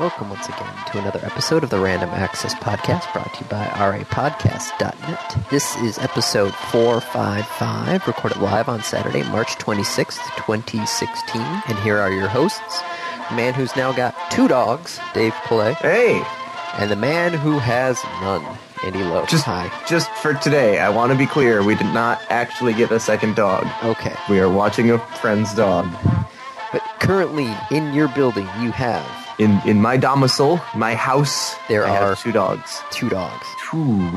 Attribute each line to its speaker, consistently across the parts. Speaker 1: Welcome once again to another episode of the Random Access Podcast brought to you by rapodcast.net. This is episode 455, recorded live on Saturday, March 26th, 2016. And here are your hosts the man who's now got two dogs, Dave Play,
Speaker 2: Hey,
Speaker 1: and the man who has none, Andy Lowe.
Speaker 2: just
Speaker 1: Hi.
Speaker 2: just for today, I want to be clear: we did not actually get a second dog.
Speaker 1: Okay.
Speaker 2: We are watching a friend's dog
Speaker 1: But currently in your building, you have
Speaker 2: in in my domicile, my house.
Speaker 1: There
Speaker 2: I have
Speaker 1: are-
Speaker 2: two dogs.
Speaker 1: two dogs,
Speaker 2: Two.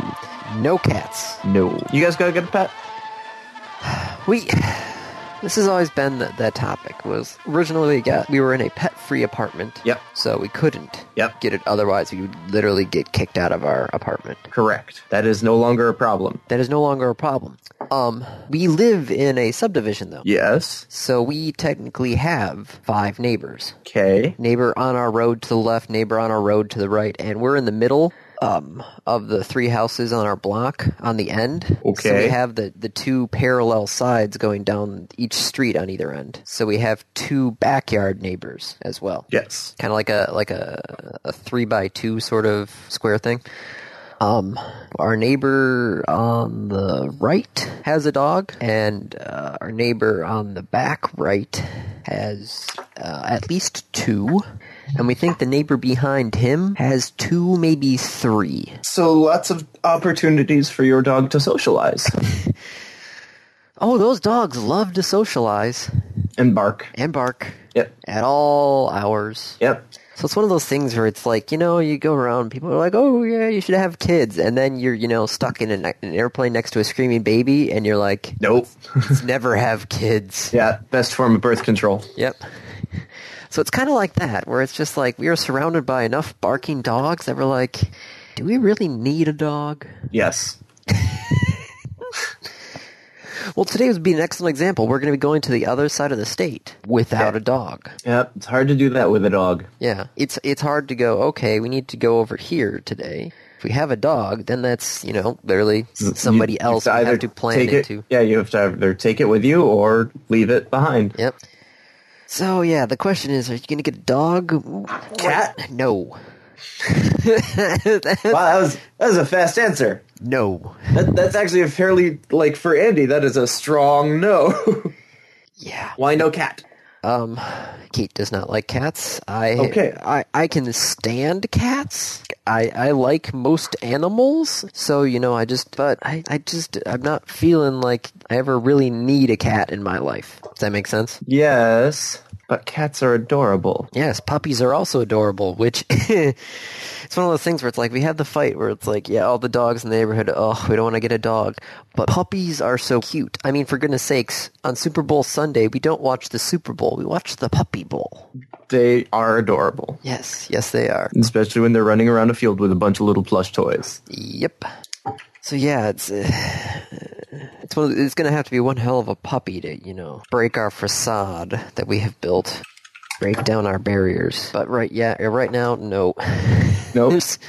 Speaker 1: no cats.
Speaker 2: No, you guys gotta get a pet.
Speaker 1: We. This has always been the, the topic. Was originally we got we were in a pet-free apartment.
Speaker 2: Yep.
Speaker 1: So we couldn't.
Speaker 2: Yep.
Speaker 1: Get it. Otherwise, we would literally get kicked out of our apartment.
Speaker 2: Correct. That is no longer a problem.
Speaker 1: That is no longer a problem. Um, we live in a subdivision though,
Speaker 2: Yes.
Speaker 1: so we technically have five neighbors.
Speaker 2: Okay.
Speaker 1: Neighbor on our road to the left, neighbor on our road to the right, and we're in the middle um, of the three houses on our block on the end. So we
Speaker 2: Okay.
Speaker 1: have the, the two parallel sides going down each street on either end. So we have two backyard neighbors as well.
Speaker 2: Yes.
Speaker 1: Kind of like a like a, a three by two sort of square thing. Um, our neighbor on the right has a dog, and uh, our neighbor on the back right has uh, at least two. And we think the neighbor behind him has two, maybe three.
Speaker 2: So lots of opportunities for your dog to socialize
Speaker 1: Oh, those dogs love to socialize
Speaker 2: and bark.
Speaker 1: and bark
Speaker 2: Yep.
Speaker 1: at all hours.
Speaker 2: Yep.
Speaker 1: So it's one of those things where it's like, you know, you go around, people are like, oh, yeah, you should have kids. And then you're, you know, stuck in an, an airplane next to a screaming baby, and you're like,
Speaker 2: Nope.
Speaker 1: let's never have kids.
Speaker 2: yeah. Best form of birth control.
Speaker 1: Yep. So it's kind of like that, where it's just like we are surrounded by enough barking dogs that we're like, do we really need a dog?
Speaker 2: Yes.
Speaker 1: Well, today would be an excellent example. We're going to be going to the other side of the state without a dog.
Speaker 2: Yep. It's hard to do that with a dog.
Speaker 1: Yeah, it's it's hard to go. Okay, we need to go over here today. If we have a dog, then that's you know literally somebody
Speaker 2: Mm, You- you
Speaker 1: else we have to plan
Speaker 2: take
Speaker 1: it,
Speaker 2: it,
Speaker 1: to.
Speaker 2: Yeah, you have to either take it with you or leave it behind.
Speaker 1: Yep. So yeah, the question is: Are you going to get a dog?
Speaker 2: Cat?
Speaker 1: No.
Speaker 2: Wow, that was that was a fast answer.
Speaker 1: no.
Speaker 2: That, that's actually a fairly like for Andy. That is a strong no.
Speaker 1: Yeah.
Speaker 2: Why no cat?
Speaker 1: Um, Kate does not like cats. I
Speaker 2: Okay.
Speaker 1: I, I can stand cats. I, I like most animals. So you know, I just but I, I just I'm not feeling like I ever really need a cat in my life. Does that make sense?
Speaker 2: Yes, but cats are adorable.
Speaker 1: Yes, puppies are also adorable. Which it's one of those things where it's like we have the fight where it's like yeah, all the dogs in the neighborhood. Oh, we don't want to get a dog, but puppies are so cute. I mean, for goodness sakes, on Super Bowl Sunday we don't watch the Super Bowl. We watch the Puppy Bowl.
Speaker 2: They are adorable,
Speaker 1: Yes, yes, they are.
Speaker 2: especially when they're running around a field with a bunch of little plush toys.
Speaker 1: Yep. So yeah, it's uh, it's one. Of, it's gonna have to be one hell of a puppy to you know break our facade that we have built, break down our barriers. But right, yeah, uh, right now, no.
Speaker 2: Nope.
Speaker 1: there's,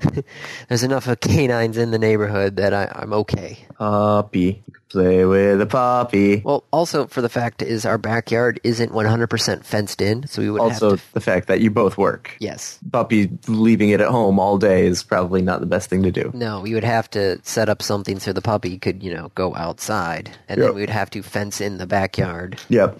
Speaker 1: there's enough of canines in the neighborhood that I, I'm okay.
Speaker 2: Puppy, play with a puppy.
Speaker 1: Well, also for the fact is our backyard isn't 100% fenced in, so we would
Speaker 2: Also,
Speaker 1: have to.
Speaker 2: the fact that you both work.
Speaker 1: Yes.
Speaker 2: Puppy leaving it at home all day is probably not the best thing to do.
Speaker 1: No, we would have to set up something so the puppy could, you know, go outside, and
Speaker 2: Yep.
Speaker 1: then we would have to fence in the backyard.
Speaker 2: Yep.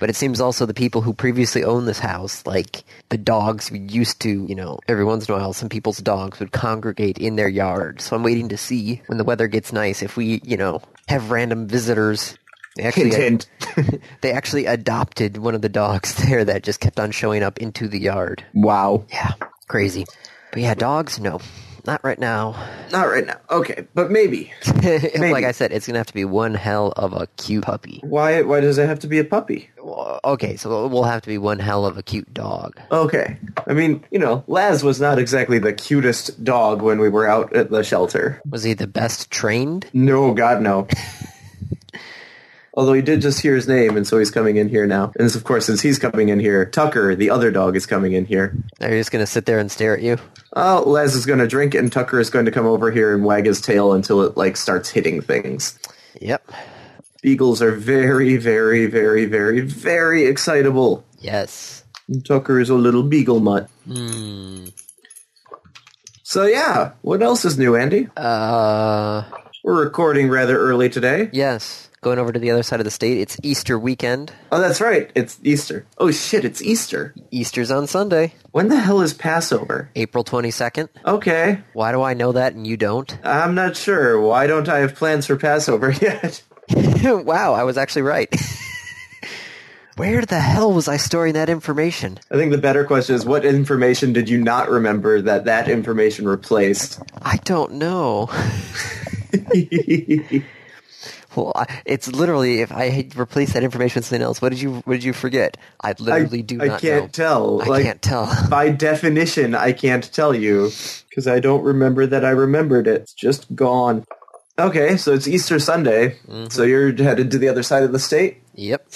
Speaker 1: But it seems also the people who previously owned this house, like the dogs we used to, you know, every once in a while, some people's dogs would congregate in their yard. So I'm waiting to see when the weather gets nice if we, you know, have random visitors. They actually,
Speaker 2: Hint, hint.
Speaker 1: they actually adopted one of the dogs there that just kept on showing up into the yard.
Speaker 2: Wow.
Speaker 1: Yeah, crazy. But yeah, dogs, no. Not right now.
Speaker 2: Not right now. Okay, but maybe.
Speaker 1: like I said, it's going to have to be one hell of a cute puppy.
Speaker 2: Why? Why does it have to be a puppy?
Speaker 1: Okay, so we'll have to be one hell of a cute dog.
Speaker 2: Okay. I mean, you know, Laz was not exactly the cutest dog when we were out at the shelter.
Speaker 1: Was he the best trained?
Speaker 2: No, God, no. Although he did just hear his name, and so he's coming in here now. And of course, since he's coming in here, Tucker, the other dog, is coming in here.
Speaker 1: Are you just gonna sit there and stare at you?
Speaker 2: Oh, Laz is going to drink, and Tucker is going to come over here and wag his tail until it like starts hitting things.
Speaker 1: Yep.
Speaker 2: Beagles are very, very, very, very, very excitable.
Speaker 1: Yes.
Speaker 2: Tucker is a little beagle mutt.
Speaker 1: Hmm.
Speaker 2: So yeah, what else is new, Andy?
Speaker 1: Uh,
Speaker 2: We're recording rather early today.
Speaker 1: yes. Going over to the other side of the state. It's Easter weekend.
Speaker 2: Oh, that's right. It's Easter. Oh shit, it's Easter.
Speaker 1: Easter's on Sunday,
Speaker 2: When the hell is Passover?
Speaker 1: April 22nd.
Speaker 2: Okay,
Speaker 1: Why do I know that and you don't?
Speaker 2: I'm not sure. Why don't I have plans for Passover yet?
Speaker 1: wow, I was actually right. Where the hell was I storing that information?
Speaker 2: I think the better question is what information did you not remember that that information replaced?
Speaker 1: I don't know. Well, I, it's literally if I had replaced that information with something else, what did you what did you forget? I literally do
Speaker 2: I
Speaker 1: not
Speaker 2: can't
Speaker 1: know.
Speaker 2: tell.
Speaker 1: I
Speaker 2: like,
Speaker 1: can't tell.
Speaker 2: by definition, I can't tell you because I don't remember that I remembered it. It's just gone. Okay, so it's Easter Sunday.
Speaker 1: Mm-hmm.
Speaker 2: So you're headed to the other side of the state.
Speaker 1: yep,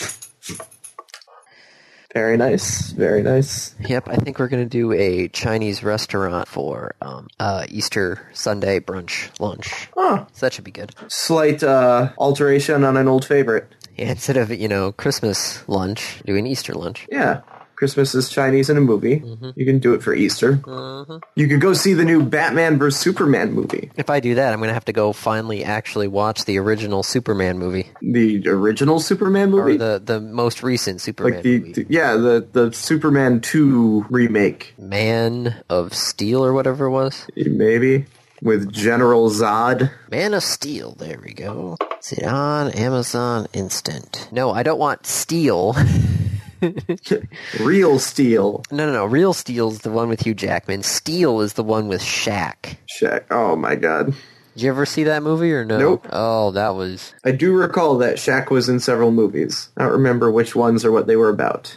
Speaker 2: Very nice. Very nice.
Speaker 1: yep. I think we're gonna do a Chinese restaurant for um, uh, Easter Sunday brunch lunch.
Speaker 2: Huh.
Speaker 1: So that should be good.
Speaker 2: Slight uh, alteration on an old favorite.
Speaker 1: Yeah, instead of you know Christmas lunch, do an Easter lunch.
Speaker 2: Yeah. Christmas is Chinese in a movie.
Speaker 1: Mm-hmm.
Speaker 2: You can do it for Easter. You could go see the new Batman vs. Superman movie.
Speaker 1: If I do that, I'm gonna have to go finally actually watch the original Superman movie
Speaker 2: The original Superman movie?
Speaker 1: or the the most recent Superman
Speaker 2: like the,
Speaker 1: movie.
Speaker 2: the- yeah, the, the Superman 2 remake.
Speaker 1: Man of Steel or whatever it was.
Speaker 2: Maybe. With General Zod.
Speaker 1: Man of Steel. There we go. Is it on Amazon Instant? No, I don't want Steel.
Speaker 2: Real Steel.
Speaker 1: No, no, no. Real Steel's the one with Hugh Jackman. Steel is the one with Shaq.
Speaker 2: Shaq. Oh my god.
Speaker 1: Did you ever see that movie or no?
Speaker 2: Nope.
Speaker 1: Oh, that was.
Speaker 2: I do recall that Shaq was in several movies. I don't remember which ones or what they were about.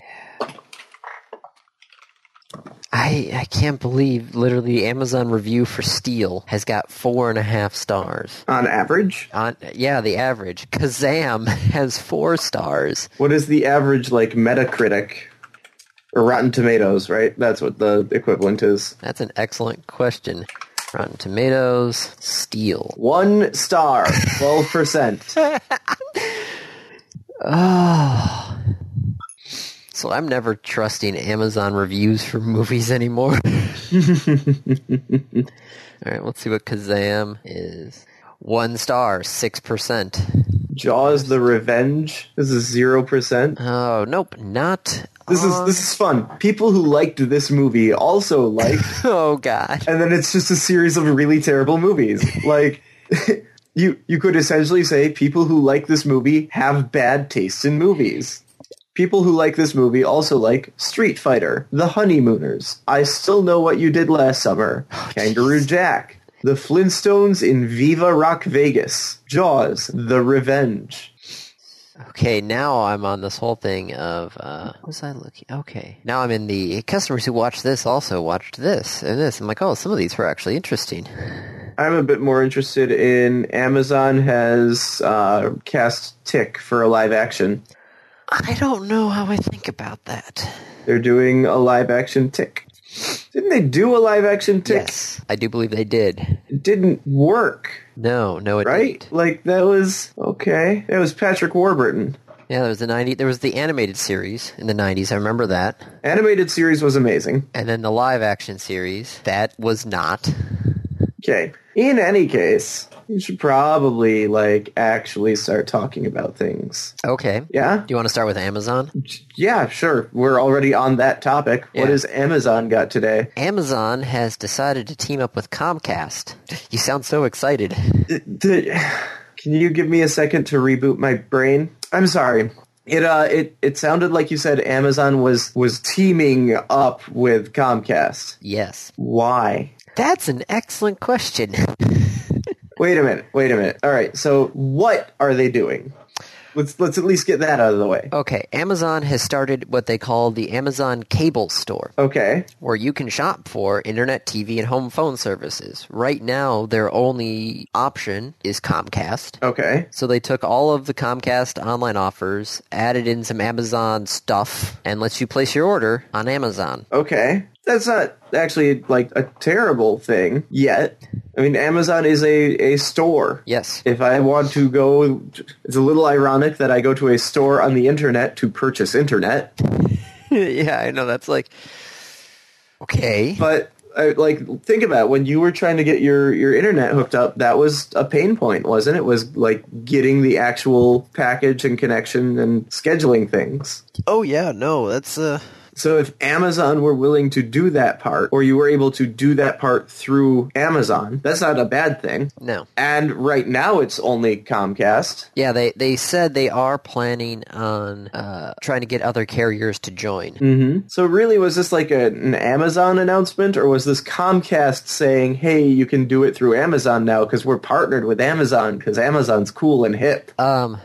Speaker 1: I I can't believe literally the Amazon review for Steel has got four and a half stars.
Speaker 2: On average?
Speaker 1: On yeah, the average. Kazam has four stars.
Speaker 2: What is the average, like, Metacritic? Or Rotten Tomatoes, right? That's what the equivalent is.
Speaker 1: That's an excellent question. Rotten Tomatoes, Steel.
Speaker 2: One star, 12%.
Speaker 1: So I'm never trusting Amazon reviews for movies anymore. All right, let's see what Kazam is. One star, six percent.
Speaker 2: Jaws the Revenge. This is 0%.
Speaker 1: Oh nope, not.
Speaker 2: This is
Speaker 1: on-
Speaker 2: this is fun. People who liked this movie also liked,
Speaker 1: oh god.
Speaker 2: and then it's just a series of really terrible movies. Like you you could essentially say people who like this movie have bad taste in movies. People who like this movie also like Street Fighter, The Honeymooners, I Still Know What You Did Last Summer, Kangaroo Jack, The Flintstones in Viva Rock Vegas, Jaws, The Revenge.
Speaker 1: Okay, now I'm on this whole thing of uh, what was I looking? Okay, now I'm in the customers who watched this also watched this and this. I'm like, oh, some of these were actually interesting.
Speaker 2: I'm a bit more interested in Amazon has uh, cast Tick for a live action.
Speaker 1: I don't know how I think about that.
Speaker 2: They're doing a live action Tick. Didn't they do a live action Tick?
Speaker 1: Yes, I do believe they did.
Speaker 2: It didn't work,
Speaker 1: No, no, it
Speaker 2: right?
Speaker 1: didn't.
Speaker 2: Like that was okay. That was Patrick Warburton.
Speaker 1: Yeah, there was the ninety. There was the animated series in the nineties. I remember that,
Speaker 2: Animated series was amazing.
Speaker 1: and then the live action series that was not.
Speaker 2: Okay. In any case, you should probably like actually start talking about things.
Speaker 1: Okay.
Speaker 2: Yeah?
Speaker 1: Do you want to start with Amazon?
Speaker 2: Yeah, sure. We're already on that topic. What
Speaker 1: Yeah.
Speaker 2: has Amazon got today?
Speaker 1: Amazon has decided to team up with Comcast. You sound so excited.
Speaker 2: Th- Can you give me a second to reboot my brain? I'm sorry. It uh it, it sounded like you said Amazon was was teaming up with Comcast.
Speaker 1: Yes.
Speaker 2: Why?
Speaker 1: That's an excellent question.
Speaker 2: Wait a minute. Wait a minute. All right. So what are they doing? Let's let's at least get that out of the way.
Speaker 1: Okay, Amazon has started what they call the Amazon Cable Store,
Speaker 2: Okay.
Speaker 1: where you can shop for internet, TV, and home phone services. Right now, their only option is Comcast.
Speaker 2: Okay.
Speaker 1: So they took all of the Comcast online offers, added in some Amazon stuff, and lets you place your order on Amazon.
Speaker 2: Okay. That's not actually like a terrible thing yet. I mean Amazon is a, a store.
Speaker 1: Yes.
Speaker 2: if I want to go, it's a little ironic that I go to a store on the internet to purchase internet.
Speaker 1: yeah, I know. That's like okay.
Speaker 2: But I, like, think about it. when you were trying to get your your internet hooked up. That was a pain point, wasn't it? Was like getting the actual package and connection and scheduling things.
Speaker 1: Oh yeah, no, that's uh
Speaker 2: So if Amazon were willing to do that part, or you were able to do that part through Amazon, that's not a bad thing.
Speaker 1: no.
Speaker 2: And right now, it's only Comcast.
Speaker 1: Yeah, they they said they are planning on uh, trying to get other carriers to join.
Speaker 2: So really, was this like a, an Amazon announcement, or was this Comcast saying, "Hey, you can do it through Amazon now because we're partnered with Amazon because Amazon's cool and hip"?
Speaker 1: Um,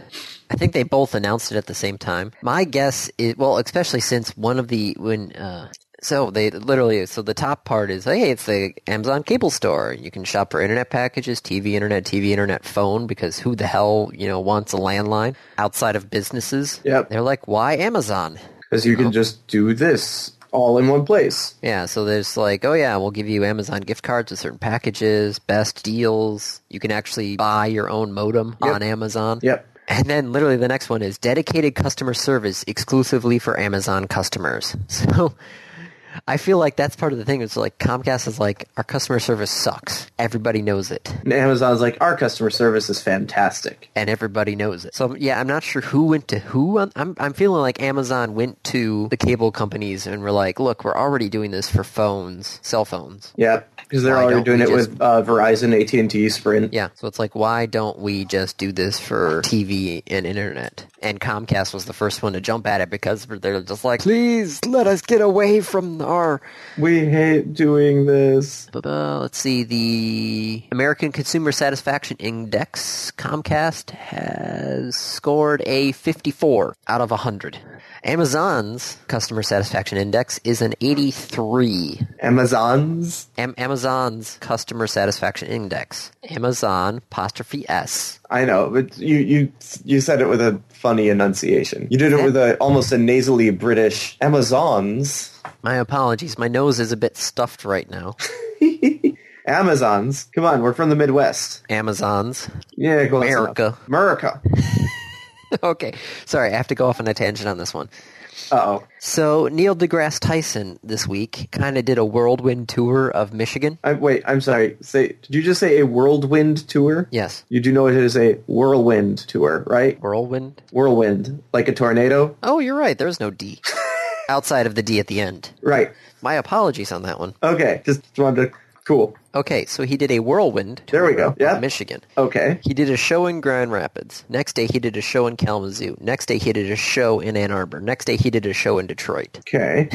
Speaker 1: I think they both announced it at the same time. My guess is well, especially since one of the when uh, so they literally so the top part is hey, it's the Amazon cable store. You can shop for internet packages, TV, internet, TV, internet, phone. Because who the hell you know wants a landline outside of businesses?
Speaker 2: Yep.
Speaker 1: they're like why Amazon?
Speaker 2: Because you can just do this all in one place.
Speaker 1: Yeah, so there's like, oh yeah, we'll give you Amazon gift cards with certain packages, best deals. You can actually buy your own modem on Amazon.
Speaker 2: Yep.
Speaker 1: And then literally the next one is dedicated customer service exclusively for Amazon customers. So I feel like that's part of the thing. It's like Comcast is like, our customer service sucks. Everybody knows it.
Speaker 2: And Amazon's like, "Our customer service is fantastic."
Speaker 1: And everybody knows it. So yeah, I'm not sure who went to who. I'm- I'm I'm feeling like Amazon went to the cable companies and were like, "Look, we're already doing this for phones, cell phones.
Speaker 2: Yep. Because they're
Speaker 1: Why
Speaker 2: already
Speaker 1: don't
Speaker 2: doing
Speaker 1: we
Speaker 2: it
Speaker 1: just-
Speaker 2: with uh, Verizon, AT and T, Sprint.
Speaker 1: Yeah, so it's like, why don't we just do this for TV and internet? And Comcast was the first one to jump at it because they're just like, please let us get away from our.
Speaker 2: We hate doing this.
Speaker 1: Uh, let's see, the American Consumer Satisfaction Index, Comcast has scored a 54 out of 100. Amazon's Customer Satisfaction Index is an 83.
Speaker 2: Amazon's.
Speaker 1: Am- Amazon's Customer Satisfaction Index, Amazon apostrophe S.
Speaker 2: I know, but you you you said it with a funny enunciation. You did it with a almost a nasally British Amazons.
Speaker 1: My apologies. My nose is a bit stuffed right now.
Speaker 2: Amazons. Come on, we're from the Midwest.
Speaker 1: Amazons.
Speaker 2: Yeah, close enough.
Speaker 1: America.
Speaker 2: America.
Speaker 1: okay. Sorry, I have to go off on a tangent on this one.
Speaker 2: Uh oh.
Speaker 1: So, Neil deGrasse Tyson this week kind of did a whirlwind tour of Michigan.
Speaker 2: I, wait, I'm sorry. Say, did you just say a whirlwind tour?
Speaker 1: Yes.
Speaker 2: You do know it is a whirlwind tour, right?
Speaker 1: Whirlwind?
Speaker 2: Whirlwind, like a tornado,
Speaker 1: Oh, you're right. There's no D. Outside of the D at the end.
Speaker 2: right?
Speaker 1: My apologies on that one.
Speaker 2: Okay, just wanted to. Cool.
Speaker 1: Okay, so he did a whirlwind tour
Speaker 2: There we go. Yeah.
Speaker 1: of Michigan.
Speaker 2: Okay.
Speaker 1: He did a show in Grand Rapids. Next day, he did a show in Kalamazoo. Next day, he did a show in Ann Arbor. Next day, he did a show in Detroit.
Speaker 2: Okay.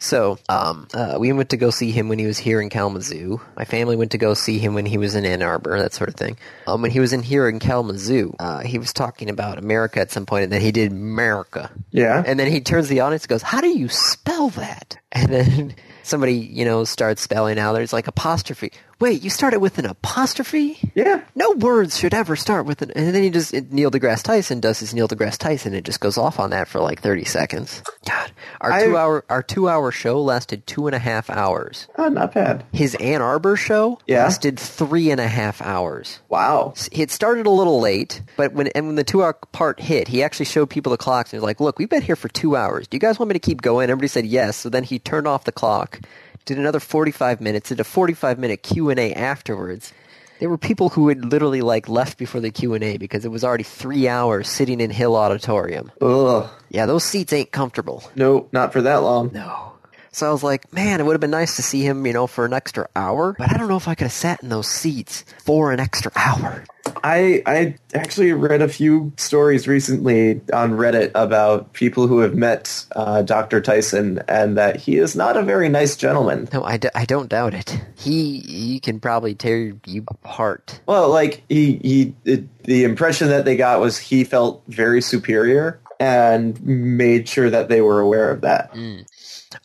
Speaker 1: So, um, uh, we went to go see him when he was here in Kalamazoo. My family went to go see him when he was in Ann Arbor, that sort of thing. Um, when he was in here in Kalamazoo, uh, he was talking about America at some point, and then he did America.
Speaker 2: Yeah.
Speaker 1: And then he turns to the audience and goes, How do you spell that? And then somebody, you know, starts spelling out. There's like apostrophe. Wait, you started with an apostrophe?
Speaker 2: yeah.
Speaker 1: no words should ever start with an. And then he just Neil deGrasse Tyson does his Neil deGrasse Tyson. It just goes off on that for like thirty seconds. God, our
Speaker 2: I-
Speaker 1: two hour our two hour show lasted two and a half hours.
Speaker 2: Oh, not bad.
Speaker 1: His Ann Arbor show
Speaker 2: Yeah.
Speaker 1: lasted three and a half hours.
Speaker 2: Wow.
Speaker 1: It started a little late, but when and when the two hour part hit, he actually showed people the clocks and was like, "Look, we've been here for two hours. Do you guys want me to keep going?" Everybody said yes. So then he turned off the clock, did another forty five minutes, did a forty five minute Q and A afterwards. There were people who had literally like left before the Q and A because it was already three hours sitting in Hill Auditorium.
Speaker 2: Ugh.
Speaker 1: Yeah, those seats ain't comfortable.
Speaker 2: No, not for that long.
Speaker 1: No. So I was like, man, it would have been nice to see him, you know, for an extra hour. But I don't know if I could have sat in those seats for an extra hour.
Speaker 2: I I actually read a few stories recently on Reddit about people who have met uh, Dr. Tyson and that he is not a very nice gentleman.
Speaker 1: No, I, d- I don't doubt it. He he can probably tear you apart.
Speaker 2: Well, like he he it, the impression that they got was he felt very superior and made sure that they were aware of that.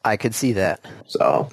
Speaker 1: I could see that.
Speaker 2: So,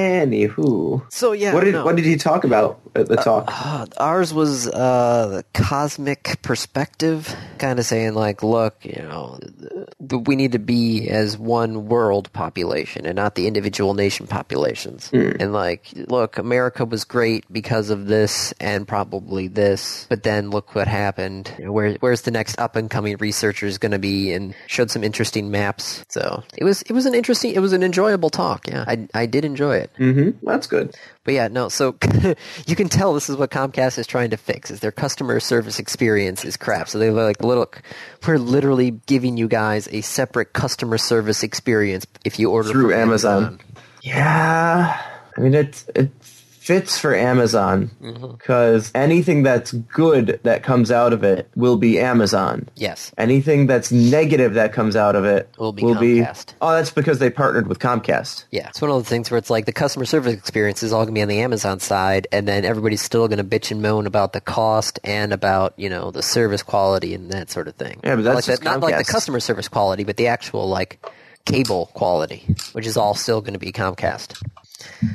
Speaker 2: anywho,
Speaker 1: So yeah,
Speaker 2: what did
Speaker 1: no.
Speaker 2: what did he talk about at the talk?
Speaker 1: Uh, ours was uh, the cosmic uh, perspective. kind of saying like, look, you know, th- th- we need to be as one world population and not the individual nation populations. And like, look, America was great because of this and probably this, but then look what happened. You know, where where's the next up and coming researcher is going to be? And showed some interesting maps. So it was it was an interesting, it was an enjoyable talk. Yeah, I I did enjoy it.
Speaker 2: Mm-hmm. That's good.
Speaker 1: But yeah, no. So you can tell this is what Comcast is trying to fix: is their customer service experience is crap. So they're like, look, we're literally giving you guys a separate customer service experience if you order
Speaker 2: Through
Speaker 1: from
Speaker 2: Amazon. Yeah, I mean it it fits for Amazon
Speaker 1: Mm-hmm.
Speaker 2: because anything that's good that comes out of it will be Amazon.
Speaker 1: Yes.
Speaker 2: Anything that's negative that comes out of it
Speaker 1: Will be Comcast.
Speaker 2: oh, that's because they partnered with Comcast.
Speaker 1: Yeah, it's one of the things where it's like the customer service experience is all going to be on the Amazon side, and then everybody's still going to bitch and moan about the cost and about you know the service quality and that sort of thing.
Speaker 2: Yeah,
Speaker 1: Not
Speaker 2: but that's
Speaker 1: like
Speaker 2: just
Speaker 1: the, not like the
Speaker 2: Comcast.
Speaker 1: customer service quality, but the actual like cable quality, which is all still going to be Comcast.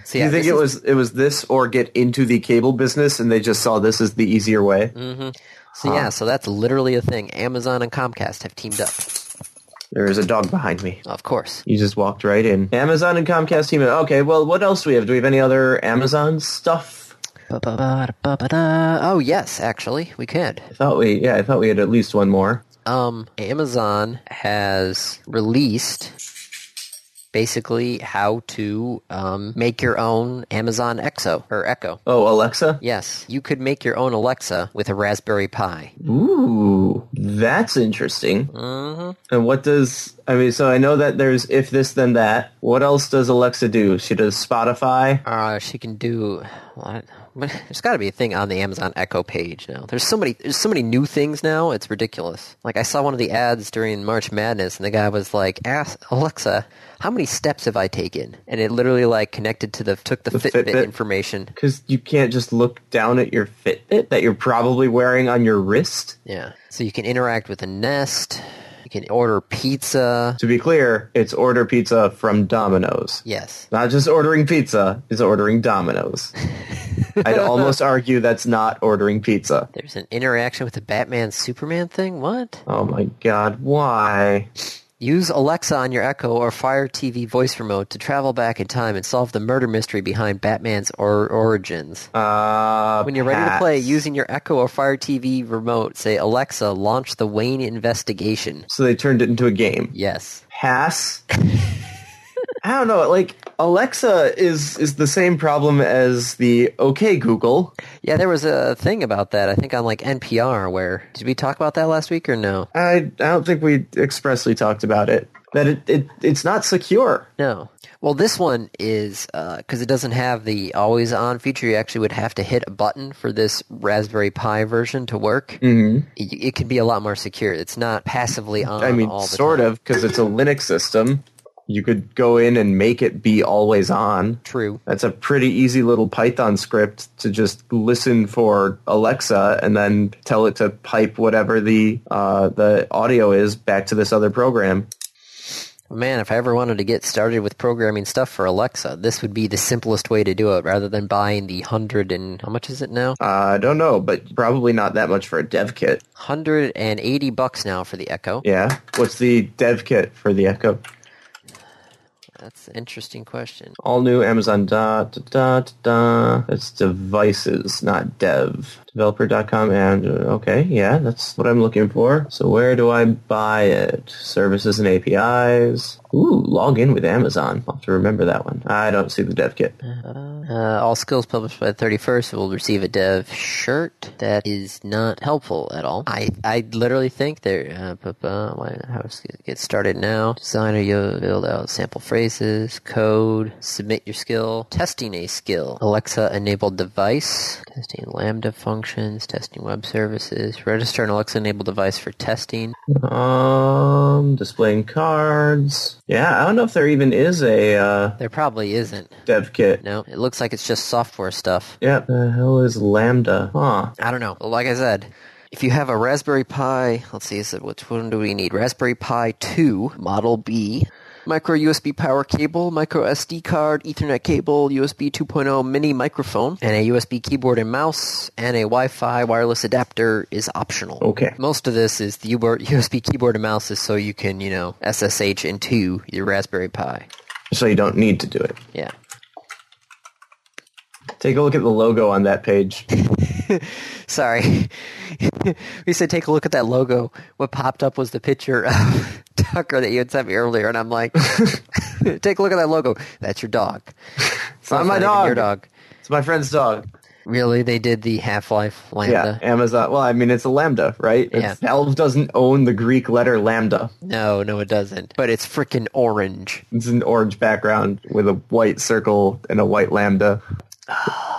Speaker 1: So yeah,
Speaker 2: Do you think
Speaker 1: this
Speaker 2: it
Speaker 1: is-
Speaker 2: was it was this or get into the cable business and they just saw this as the easier way?
Speaker 1: Mm. So yeah, so that's literally a thing. Amazon and Comcast have teamed up,
Speaker 2: There is a dog behind me.
Speaker 1: of course.
Speaker 2: You just walked right in. Amazon and Comcast team. up. Okay, well, what else do we have? Do we have any other Amazon stuff?
Speaker 1: Ba-ba-ba-da-ba-ba-da. Oh yes, actually, we could.
Speaker 2: I thought we yeah, I thought we had at least one more.
Speaker 1: Um, Amazon has released basically how to um, make your own Amazon Exo or Echo.
Speaker 2: Oh, Alexa.
Speaker 1: Yes, you could make your own Alexa with a Raspberry Pi.
Speaker 2: Ooh, that's interesting.
Speaker 1: Mm-hmm.
Speaker 2: And what does I mean? So I know that there's if this then that. What else does Alexa do? She does Spotify.
Speaker 1: Uh, she can do what? But there's got to be a thing on the Amazon Echo page now. There's so many, there's so many new things now. It's ridiculous. Like I saw one of the ads during March Madness, and the guy was like, "Ask Alexa, how many steps have I taken?" And it literally like connected to the took the, Fitbit,
Speaker 2: Fitbit.
Speaker 1: information.
Speaker 2: Because you can't just look down at your Fitbit that you're probably wearing on your wrist.
Speaker 1: Yeah. So you can interact with a Nest. You can order pizza.
Speaker 2: To be clear, it's order pizza from Domino's.
Speaker 1: Yes.
Speaker 2: Not just ordering pizza, it's ordering Domino's. I'd almost argue that's not ordering pizza.
Speaker 1: There's an interaction with the Batman Superman thing. What?
Speaker 2: Oh my god, why?
Speaker 1: Use Alexa on your Echo or Fire TV voice remote to travel back in time and solve the murder mystery behind Batman's or- origins.
Speaker 2: Uh,
Speaker 1: When you're ready to play,
Speaker 2: pass.
Speaker 1: using your Echo or Fire TV remote, say, Alexa, launch the Wayne investigation.
Speaker 2: So they turned it into a game.
Speaker 1: Yes.
Speaker 2: Pass. I don't know, like Alexa is is the same problem as the okay Google.
Speaker 1: Yeah, there was a thing about that, I think on like NPR, where. Did we talk about that last week or no?
Speaker 2: I I don't think we expressly talked about it. That it, it it's not secure.
Speaker 1: No. Well, this one is because it doesn't have the always on feature. You actually would have to hit a button for this Raspberry Pi version to work. Mm-hmm. It, it can be a lot more secure. It's not passively on.
Speaker 2: I mean,
Speaker 1: all the
Speaker 2: sort
Speaker 1: time.
Speaker 2: of, because it's a Linux system. You could go in and make it be always on.
Speaker 1: True.
Speaker 2: That's a pretty easy little Python script to just listen for Alexa and then tell it to pipe whatever the uh, the audio is back to this other program.
Speaker 1: Man, if I ever wanted to get started with programming stuff for Alexa, this would be the simplest way to do it, rather than buying the hundred and how much is it now?
Speaker 2: Uh, I don't know, but probably not that much for a dev kit.
Speaker 1: Hundred and eighty bucks now for the Echo.
Speaker 2: Yeah, what's the dev kit for the Echo?
Speaker 1: That's an interesting question.
Speaker 2: All new Amazon da da da da. da. That's devices, not dev. Developer.com and uh, okay, yeah, that's what I'm looking for. So where do I buy it? Services and APIs. Ooh, log in with Amazon. I'll have to remember that one. I don't see the dev kit.
Speaker 1: Uh, all skills published by the 31st will receive a dev shirt. That is not helpful at all. I, I literally think they're, uh, bu- bu- why, how to get started now. Designer, you'll build out sample phrases, code, submit your skill, testing a skill, Alexa enabled device, testing Lambda functions, testing web services, register an Alexa enabled device for testing.
Speaker 2: Um, displaying cards. Yeah, I don't know if there even is a uh,
Speaker 1: There probably isn't.
Speaker 2: dev kit.
Speaker 1: No, it looks like it's just software stuff.
Speaker 2: Yeah, the hell is Lambda? Huh.
Speaker 1: I don't know. Like I said, if you have a Raspberry Pi, let's see, is it, which one do we need? Raspberry Pi 2 Model B. micro USB power cable, micro SD card, Ethernet cable, USB 2.0 mini microphone, and a USB keyboard and mouse, and a Wi-Fi wireless adapter is optional.
Speaker 2: Okay.
Speaker 1: Most of this is the UBR USB keyboard and mouse is so you can, you know, SSH into your Raspberry Pi.
Speaker 2: So you don't need to do it.
Speaker 1: Yeah.
Speaker 2: Take a look at the logo on that page.
Speaker 1: Sorry. we said take a look at that logo. What popped up was the picture of Tucker that you had sent me earlier, and I'm like, take a look at that logo. That's your dog. It's
Speaker 2: not my
Speaker 1: even
Speaker 2: dog.
Speaker 1: Your dog.
Speaker 2: It's my friend's dog.
Speaker 1: Really? They did the Half Life
Speaker 2: Yeah,
Speaker 1: Lambda?
Speaker 2: Amazon. Well, I mean, it's a lambda, right? It's- Valve doesn't own the Greek letter lambda.
Speaker 1: No, no, it doesn't. But it's freaking orange.
Speaker 2: It's an orange background with a white circle and a white lambda.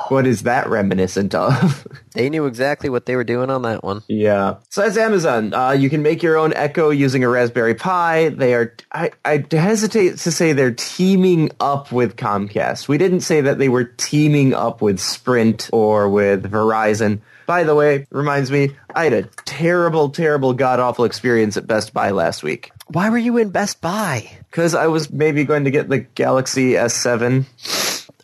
Speaker 2: What is that reminiscent of?
Speaker 1: They knew exactly what they were doing on that one.
Speaker 2: yeah. So that's Amazon. Uh, you can make your own Echo using a Raspberry Pi. They are. I, I hesitate to say they're teaming up with Comcast. We didn't say that they were teaming up with Sprint or with Verizon. By the way, reminds me, I had a terrible, terrible, god awful experience at Best Buy last week.
Speaker 1: Why were you in Best Buy?
Speaker 2: Because I was maybe going to get the Galaxy S7.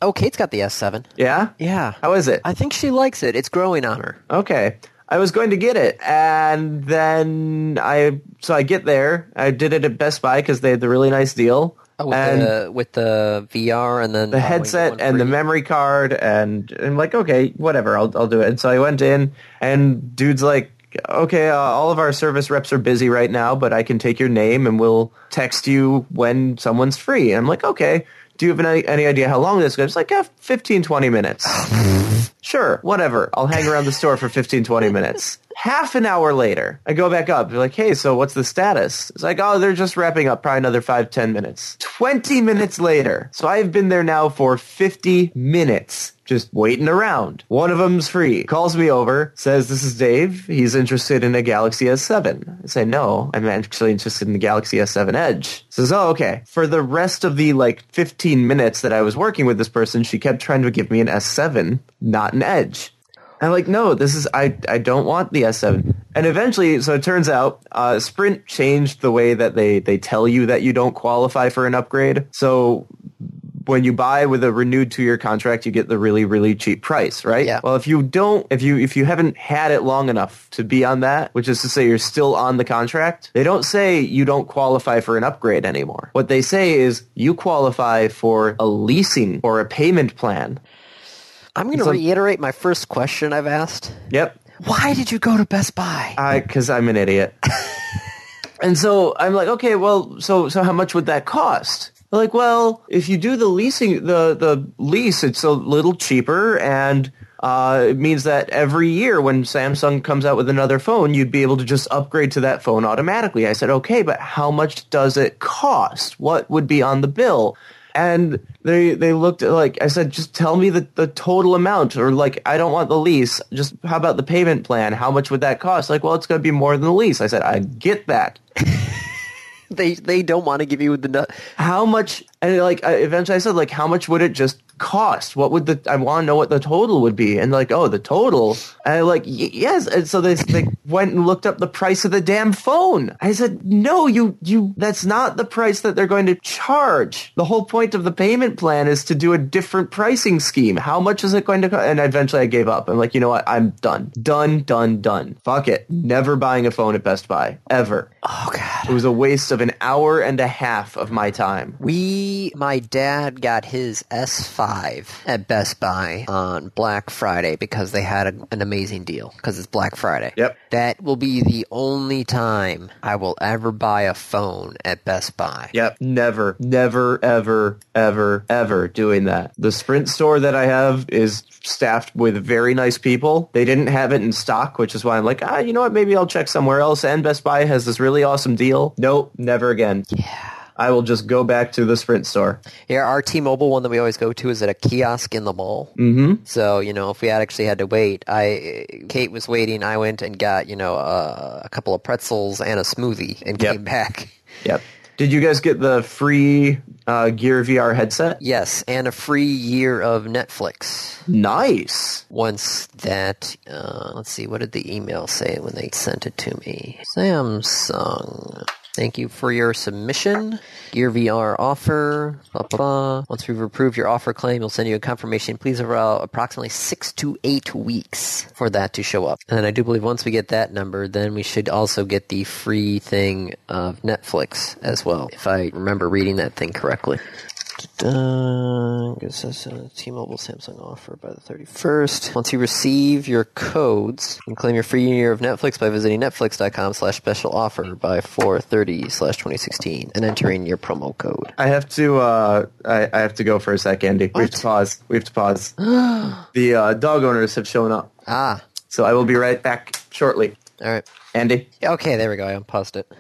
Speaker 1: Oh, Kate's got the S7.
Speaker 2: Yeah?
Speaker 1: Yeah.
Speaker 2: How is it?
Speaker 1: I think she likes it. It's growing on her.
Speaker 2: Okay. I was going to get it, and then I so I get there. I did it at Best Buy because they had the really nice deal,
Speaker 1: Oh, with,
Speaker 2: and the,
Speaker 1: the, with the VR and then the
Speaker 2: headset and the memory card, and I'm like, okay, whatever, I'll I'll do it. And so I went in, and dude's like, okay, uh, all of our service reps are busy right now, but I can take your name and we'll text you when someone's free. And I'm like, okay. Do you have any, any idea how long this goes? It's like, yeah, 15, 20 minutes. sure, whatever. I'll hang around the store for 15, 20 minutes. Half an hour later, I go back up. They're like, hey, so what's the status? It's like, oh, they're just wrapping up probably another five, 10 minutes. 20 minutes later. So I've been there now for 50 minutes. Just waiting around. One of them's free. Calls me over, says, This is Dave. He's interested in a Galaxy S7. I say, No, I'm actually interested in the Galaxy S7 Edge. Says, Oh, okay. For the rest of the like 15 minutes that I was working with this person, she kept trying to give me an S7, not an Edge. I'm like, no, this is I I don't want the S7. And eventually, so it turns out, uh, Sprint changed the way that they they tell you that you don't qualify for an upgrade. So when you buy with a renewed two year contract, you get the really really cheap price, right?
Speaker 1: Yeah.
Speaker 2: Well, if you don't, if you if you haven't had it long enough to be on that, which is to say you're still on the contract, they don't say you don't qualify for an upgrade anymore. What they say is you qualify for a leasing or a payment plan.
Speaker 1: I'm going to
Speaker 2: So-
Speaker 1: reiterate my first question I've asked. Uh,
Speaker 2: Yep.
Speaker 1: Why did you go to Best Buy?
Speaker 2: because I'm an idiot. and so I'm like, okay, well, so so how much would that cost? They're like, well, if you do the leasing, the the lease, it's a little cheaper, and uh, it means that every year when Samsung comes out with another phone, you'd be able to just upgrade to that phone automatically. I said, okay, but how much does it cost? What would be on the bill? and they they looked at like I said, just tell me the, the total amount, or like I don't want the lease. Just how about the payment plan? How much would that cost? Like, well, it's going to be more than the lease. I said, I get that.
Speaker 1: They they don't want to give you the nu-
Speaker 2: How much? And like I, eventually, I said, like, how much would it just cost? What would the? I want to know what the total would be. And like, oh, the total. And I like, y- yes. And so they they went and looked up the price of the damn phone. I said, no, you you. That's not the price that they're going to charge. The whole point of the payment plan is to do a different pricing scheme. How much is it going to cost? And eventually, I gave up. I'm like, you know what? I'm done. Done. Done. Done. Fuck it. Never buying a phone at Best Buy ever.
Speaker 1: Oh god.
Speaker 2: It was a waste of an hour and a half of my time.
Speaker 1: We my dad got his S5 at Best Buy on Black Friday because they had a, an amazing deal because it's Black Friday.
Speaker 2: Yep.
Speaker 1: That will be the only time I will ever buy a phone at Best Buy.
Speaker 2: Yep. Never, never, ever, ever, ever doing that. The Sprint store that I have is staffed with very nice people. They didn't have it in stock, which is why I'm like, ah, you know what? Maybe I'll check somewhere else. And Best Buy has this really awesome deal. Nope, never again.
Speaker 1: Yeah.
Speaker 2: I will just go back to the Sprint store.
Speaker 1: Yeah, our T-Mobile one that we always go to is at a kiosk in the mall.
Speaker 2: Mm-hmm.
Speaker 1: So you know, if we had actually had to wait, I Kate was waiting. I went and got you know uh, a couple of pretzels and a smoothie and
Speaker 2: Yep.
Speaker 1: came back.
Speaker 2: Yep. Did you guys get the free uh, Gear VR headset?
Speaker 1: Yes, and a free year of Netflix.
Speaker 2: Nice.
Speaker 1: Once that, uh, let's see, what did the email say when they sent it to me? Samsung. Thank you for your submission. Gear VR offer. Blah, blah, blah. Once we've approved your offer claim, we'll send you a confirmation. Please allow approximately six to eight weeks for that to show up. And I do believe once we get that number, then we should also get the free thing of Netflix as well, if I remember reading that thing correctly. Uh, guess that's a T-Mobile Samsung offer by the 31st. Once you receive your codes, you can claim your free year of Netflix by visiting netflix.com slash special offer by 430 slash 2016 and entering your promo code.
Speaker 2: I have to. Uh, I, I have to go for a sec, Andy. We have to pause. We have to pause. the uh, dog owners have shown up,
Speaker 1: Ah,
Speaker 2: so I will be right back shortly.
Speaker 1: all right.
Speaker 2: Andy,
Speaker 1: Okay, there we go. I unpaused it.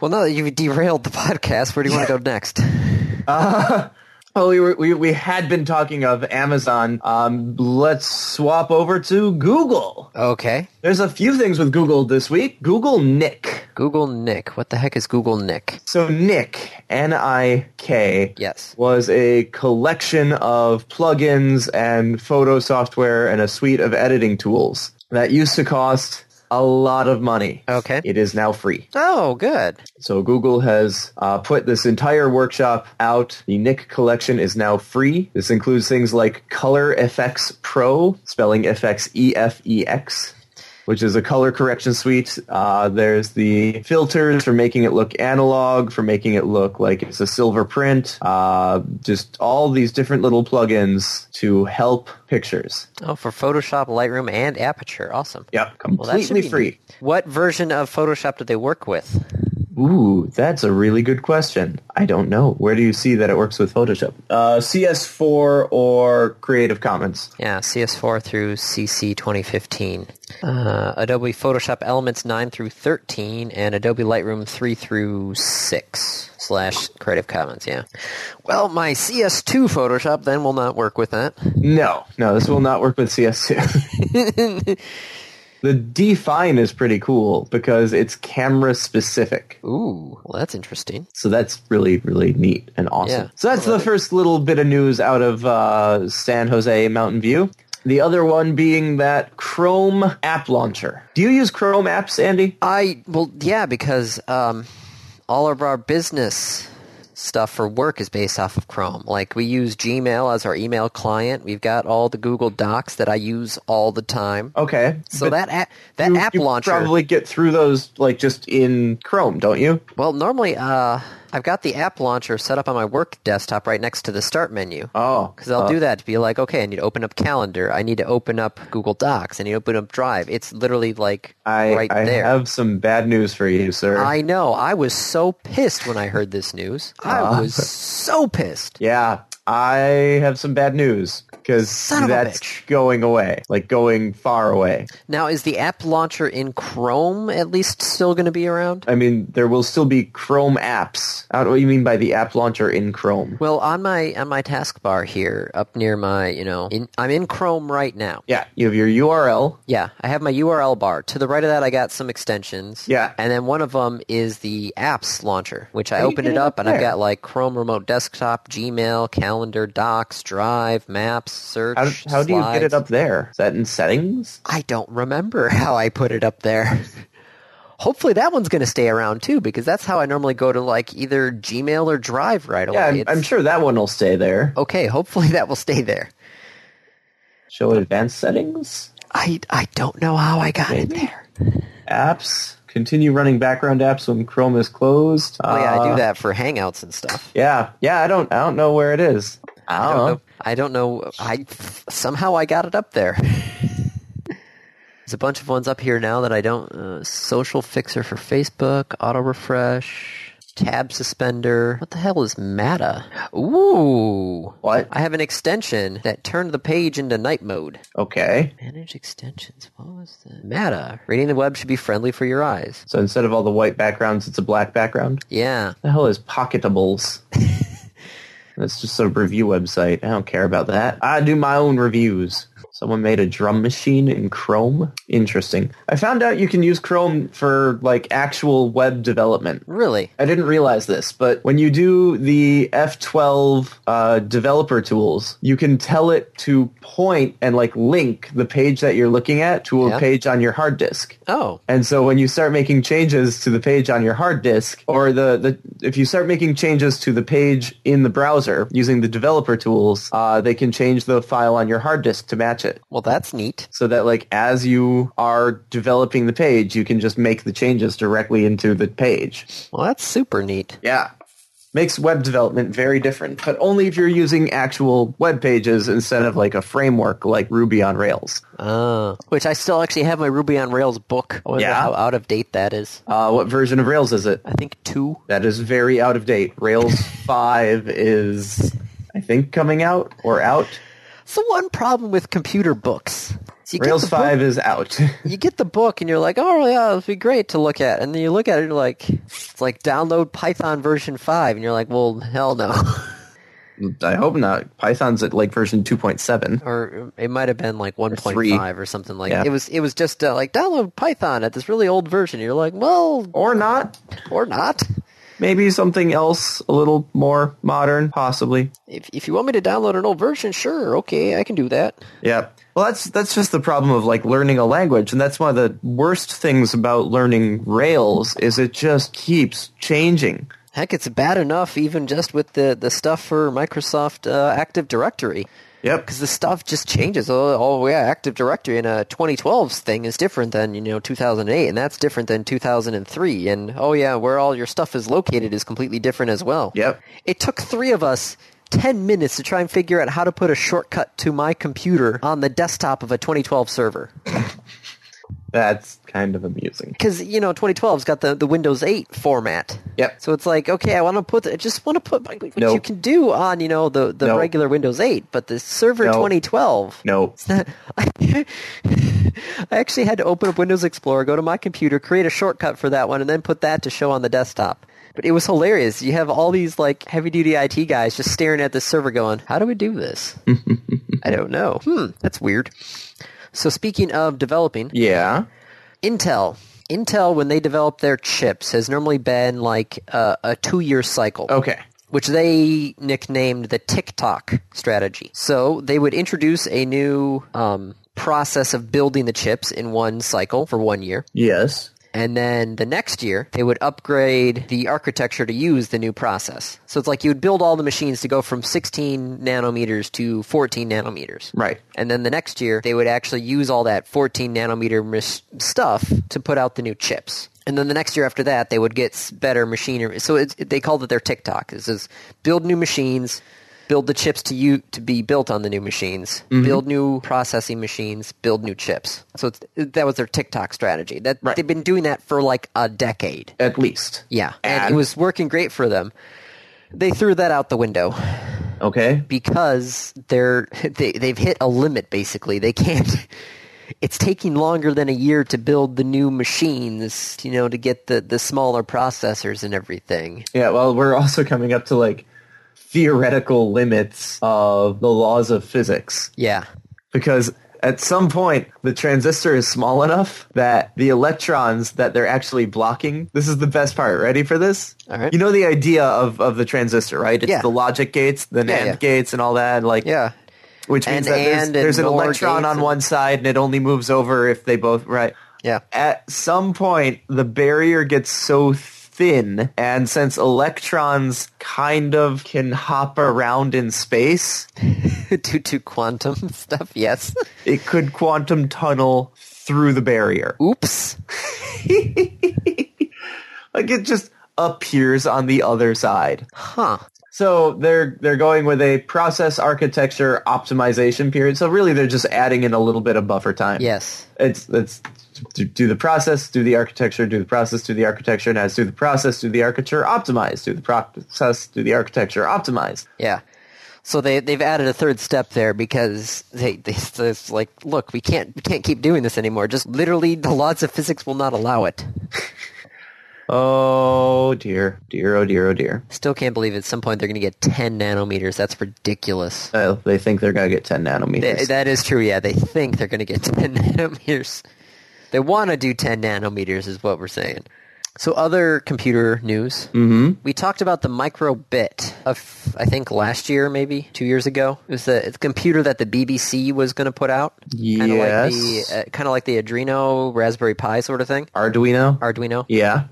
Speaker 1: Well, now that you've derailed the podcast, where do you want to go next?
Speaker 2: well, Oh, we were, we we had been talking of Amazon. Um, let's swap over to Google.
Speaker 1: Okay.
Speaker 2: There's a few things with Google this week. Google Nick.
Speaker 1: Google Nick. What the heck is Google Nick?
Speaker 2: So Nick, N I K,
Speaker 1: Yes.
Speaker 2: was a collection of plugins and photo software and a suite of editing tools that used to cost a lot of money.
Speaker 1: Okay.
Speaker 2: It is now free.
Speaker 1: Oh, good.
Speaker 2: So Google has uh, put this entire workshop out. The Nick collection is now free. This includes things like Color FX Pro, spelling FX E F E X, which is a color correction suite. Uh, there's the filters for making it look analog, for making it look like it's a silver print. Uh, just all these different little plugins to help pictures.
Speaker 1: Oh, for Photoshop, Lightroom, and Aperture. Awesome.
Speaker 2: Yep,
Speaker 1: Well, that should
Speaker 2: completely
Speaker 1: be
Speaker 2: free.
Speaker 1: neat. What version of Photoshop did they work with?
Speaker 2: Ooh, that's a really good question. I don't know. Where do you see that it works with Photoshop? Uh, CS4 or Creative Commons?
Speaker 1: Yeah, CS4 through CC 2015. Uh, Adobe Photoshop Elements 9 through 13, and Adobe Lightroom 3 through 6 slash Creative Commons, yeah. Well, my CS2 Photoshop then will not work with that.
Speaker 2: No, no, this will not work with CS2. the Define is pretty cool because it's camera specific.
Speaker 1: Ooh, well, that's interesting.
Speaker 2: So that's really, really neat and awesome.
Speaker 1: Yeah.
Speaker 2: So that's the first little bit of news out of uh, San Jose Mountain View. The other one being that Chrome app launcher. Do you use Chrome apps, Andy?
Speaker 1: I well, yeah, because um, all of our business stuff for work is based off of Chrome. Like we use Gmail as our email client. We've got all the Google Docs that I use all the time.
Speaker 2: Okay.
Speaker 1: so
Speaker 2: Uh, but-
Speaker 1: that app, that
Speaker 2: you-
Speaker 1: app
Speaker 2: you
Speaker 1: launcher.
Speaker 2: probably get through those like just in Chrome, don't you?
Speaker 1: well, normally uh, I've got the app launcher set up on my work desktop right next to the start menu.
Speaker 2: Oh,
Speaker 1: Because I'll do that to be like, okay, I need to open up Calendar. I need to open up Google Docs. I need to open up Drive. It's literally like
Speaker 2: I
Speaker 1: right
Speaker 2: I
Speaker 1: there.
Speaker 2: have some bad news for you, sir.
Speaker 1: I know. I was so pissed when I heard this news.
Speaker 2: Ah.
Speaker 1: I was so pissed.
Speaker 2: yeah, I have some bad news because
Speaker 1: Son of a
Speaker 2: that's
Speaker 1: bitch.
Speaker 2: going away, like going far away.
Speaker 1: Now, is the app launcher in Chrome at least still going to be around?
Speaker 2: I mean, there will still be Chrome apps. I don't know what you mean by the app launcher in Chrome.
Speaker 1: Well, on my on my taskbar here, up near my, you know, in, I'm in Chrome right now.
Speaker 2: Yeah, you have your URL.
Speaker 1: Yeah, I have my URL bar. To the right of that, I got some extensions.
Speaker 2: Yeah.
Speaker 1: and then one of them is the apps launcher, which I
Speaker 2: you
Speaker 1: opened
Speaker 2: get
Speaker 1: it
Speaker 2: it
Speaker 1: up
Speaker 2: up
Speaker 1: and I've
Speaker 2: there.
Speaker 1: got like Chrome Remote Desktop, Gmail, Calendar, Docs, Drive, Maps, Search.
Speaker 2: How, how do you get
Speaker 1: Slides.
Speaker 2: it up there? Is that in settings?
Speaker 1: I don't remember how I put it up there. Hopefully that one's going to stay around too, because that's how I normally go to like either Gmail or Drive right away.
Speaker 2: Yeah, I'm,
Speaker 1: It's-
Speaker 2: I'm sure that one will stay there.
Speaker 1: okay, hopefully that will stay there.
Speaker 2: Show advanced settings.
Speaker 1: I I don't know how I got it there.
Speaker 2: apps. Continue running background apps when Chrome is closed.
Speaker 1: Oh yeah, I
Speaker 2: Uh,
Speaker 1: do that for Hangouts and stuff.
Speaker 2: Yeah, yeah. I don't. I don't know where it is. I
Speaker 1: I
Speaker 2: don't,
Speaker 1: don't
Speaker 2: know.
Speaker 1: know. I don't know. I somehow I got it up there. There's a bunch of ones up here now that I don't. Uh, social fixer for Facebook, auto refresh, tab suspender. What the hell is Mata? Ooh,
Speaker 2: What?
Speaker 1: I have an extension that turned the page into night mode.
Speaker 2: Okay.
Speaker 1: Manage extensions. What was that? Mata. Reading the web should be friendly for your eyes.
Speaker 2: So instead of all the white backgrounds, it's a black background.
Speaker 1: Yeah.
Speaker 2: The hell is Pocketables? That's just a review website. I don't care about that. I do my own reviews. Someone made a drum machine in Chrome. Interesting. I found out you can use Chrome for like actual web development.
Speaker 1: Really?
Speaker 2: I didn't realize this, but when you do the F12 uh, developer tools, you can tell it to point and like link the page that you're looking at to a
Speaker 1: Yeah.
Speaker 2: page on your hard disk.
Speaker 1: Oh,
Speaker 2: And so when you start making changes to the page on your hard disk, or the, the if you start making changes to the page in the browser using the developer tools, uh, they can change the file on your hard disk to match it.
Speaker 1: well, that's neat.
Speaker 2: So that like as you are developing the page, you can just make the changes directly into the page.
Speaker 1: Well, that's super neat.
Speaker 2: Yeah. Makes web development very different, but only if you're using actual web pages instead of like a framework like Ruby on Rails.
Speaker 1: Uh, which I still actually have my Ruby on Rails book. I wonder
Speaker 2: Oh. Yeah.
Speaker 1: how out of date that is.
Speaker 2: Uh, what version of Rails is it?
Speaker 1: I think two.
Speaker 2: That is very out of date. Rails 5 is, I think, coming out or out.
Speaker 1: It's the one problem with computer books. So you get
Speaker 2: Rails
Speaker 1: the book-
Speaker 2: 5 is out.
Speaker 1: you get the book and you're like, oh yeah, it'd be great to look at, and then you look at it, and you're like, it's like download Python version five, and you're like, well, hell no.
Speaker 2: I hope not. Python's at like version 2.7.
Speaker 1: or it might have been like one point
Speaker 2: three.
Speaker 1: five or something like.
Speaker 2: Yeah.
Speaker 1: It was it was just uh, like download Python at this really old version. You're like, well,
Speaker 2: Or not.
Speaker 1: or not.
Speaker 2: Maybe something else a little more modern, possibly.
Speaker 1: If if you want me to download an old version, sure, okay, I can do that.
Speaker 2: Yeah. Well, that's that's just the problem of like learning a language, and that's one of the worst things about learning Rails is it just keeps changing.
Speaker 1: Heck, it's bad enough even just with the the stuff for Microsoft uh, Active Directory.
Speaker 2: Yep.
Speaker 1: because the stuff just changes. Oh, oh yeah, Active Directory and a 2012 thing is different than you know 2008, and that's different than 2003. And oh yeah, where all your stuff is located is completely different as well.
Speaker 2: Yep.
Speaker 1: It took three of us. 10 minutes to try and figure out how to put a shortcut to my computer on the desktop of a 2012 server.
Speaker 2: That's kind of amusing.
Speaker 1: Because, you know, 2012's got the, the Windows 8 format.
Speaker 2: Yep.
Speaker 1: So it's like, okay, I want to put, the, I just want to put my, what
Speaker 2: No.
Speaker 1: you can do on, you know, the, the
Speaker 2: No.
Speaker 1: regular Windows 8, but the server
Speaker 2: No.
Speaker 1: 2012.
Speaker 2: No.
Speaker 1: It's not- I, actually had to open up Windows Explorer, go to my computer, create a shortcut for that one, and then put that to show on the desktop. But it was hilarious. You have all these like heavy duty IT guys just staring at the server, going, "How do we do this? I don't know. Hmm, that's weird." So speaking of developing,
Speaker 2: Yeah.
Speaker 1: Intel. Intel, when they develop their chips, has normally been like a, a two-year cycle
Speaker 2: Okay.
Speaker 1: which they nicknamed the TikTok strategy. So they would introduce a new um, process of building the chips in one cycle for one year.
Speaker 2: Yes.
Speaker 1: And then the next year, they would upgrade the architecture to use the new process. So it's like you would build all the machines to go from 16 nanometers to 14 nanometers.
Speaker 2: Right.
Speaker 1: And then the next year, they would actually use all that 14 nanometer mis- stuff to put out the new chips. And then the next year after that, they would get s- better machinery. So it's, they called it their TikTok. This is build new machines, build the chips to you to be built on the new machines, build new processing machines, build new chips. So it's, that was their TikTok strategy. That
Speaker 2: Right.
Speaker 1: they've been doing that for like a decade.
Speaker 2: At least.
Speaker 1: Yeah, and
Speaker 2: And-
Speaker 1: it was working great for them. They threw that out the window
Speaker 2: Okay.
Speaker 1: because they're they, they've hit a limit basically they can't it's taking longer than a year to build the new machines you know to get the the smaller processors and everything
Speaker 2: Yeah, well, we're also coming up to like theoretical limits of the laws of physics
Speaker 1: yeah
Speaker 2: because at some point the transistor is small enough that the electrons that they're actually blocking this is the best part ready for this
Speaker 1: All right.
Speaker 2: you know the idea of, of of the transistor right it's
Speaker 1: Yeah.
Speaker 2: the logic gates the
Speaker 1: Yeah,
Speaker 2: nand
Speaker 1: yeah.
Speaker 2: gates and all that like
Speaker 1: yeah
Speaker 2: which means
Speaker 1: And
Speaker 2: that
Speaker 1: and
Speaker 2: there's,
Speaker 1: and
Speaker 2: there's an
Speaker 1: NOR
Speaker 2: electron
Speaker 1: gates
Speaker 2: on
Speaker 1: and-
Speaker 2: one side and it only moves over if they both right
Speaker 1: yeah
Speaker 2: at some point the barrier gets so thin and since electrons kind of can hop around in space
Speaker 1: due to quantum stuff yes
Speaker 2: it could quantum tunnel through the barrier
Speaker 1: oops
Speaker 2: like it just appears on the other side
Speaker 1: huh
Speaker 2: so they're they're going with a process architecture optimization period so really they're just adding in a little bit of buffer time
Speaker 1: yes
Speaker 2: it's it's do- do the process, do the architecture, do the process, do the architecture, and as do the process, do the architecture, optimize, do the process, do the architecture, optimize.
Speaker 1: yeah so they they've added a third step there because they, they it's like look we can't we can't keep doing this anymore just literally the laws of physics will not allow it
Speaker 2: Oh Oh dear, dear, oh dear, oh dear.
Speaker 1: Still can't believe at some point they're going to get 10 nanometers. That's ridiculous.
Speaker 2: Uh, they think they're gonna get ten nanometers.
Speaker 1: Th- that is true. Yeah, they think they're going to get 10 nanometers. They want to do 10 nanometers, is what we're saying. So, other computer news. Mm-hmm. We talked about the microbit of, I think, last year, maybe two years ago. It was the it's a computer that the BBC was going to put out. Kind of like
Speaker 2: Yes.
Speaker 1: the uh, kind of like the Adreno Raspberry Pi sort of thing.
Speaker 2: Arduino.
Speaker 1: Arduino.
Speaker 2: yeah.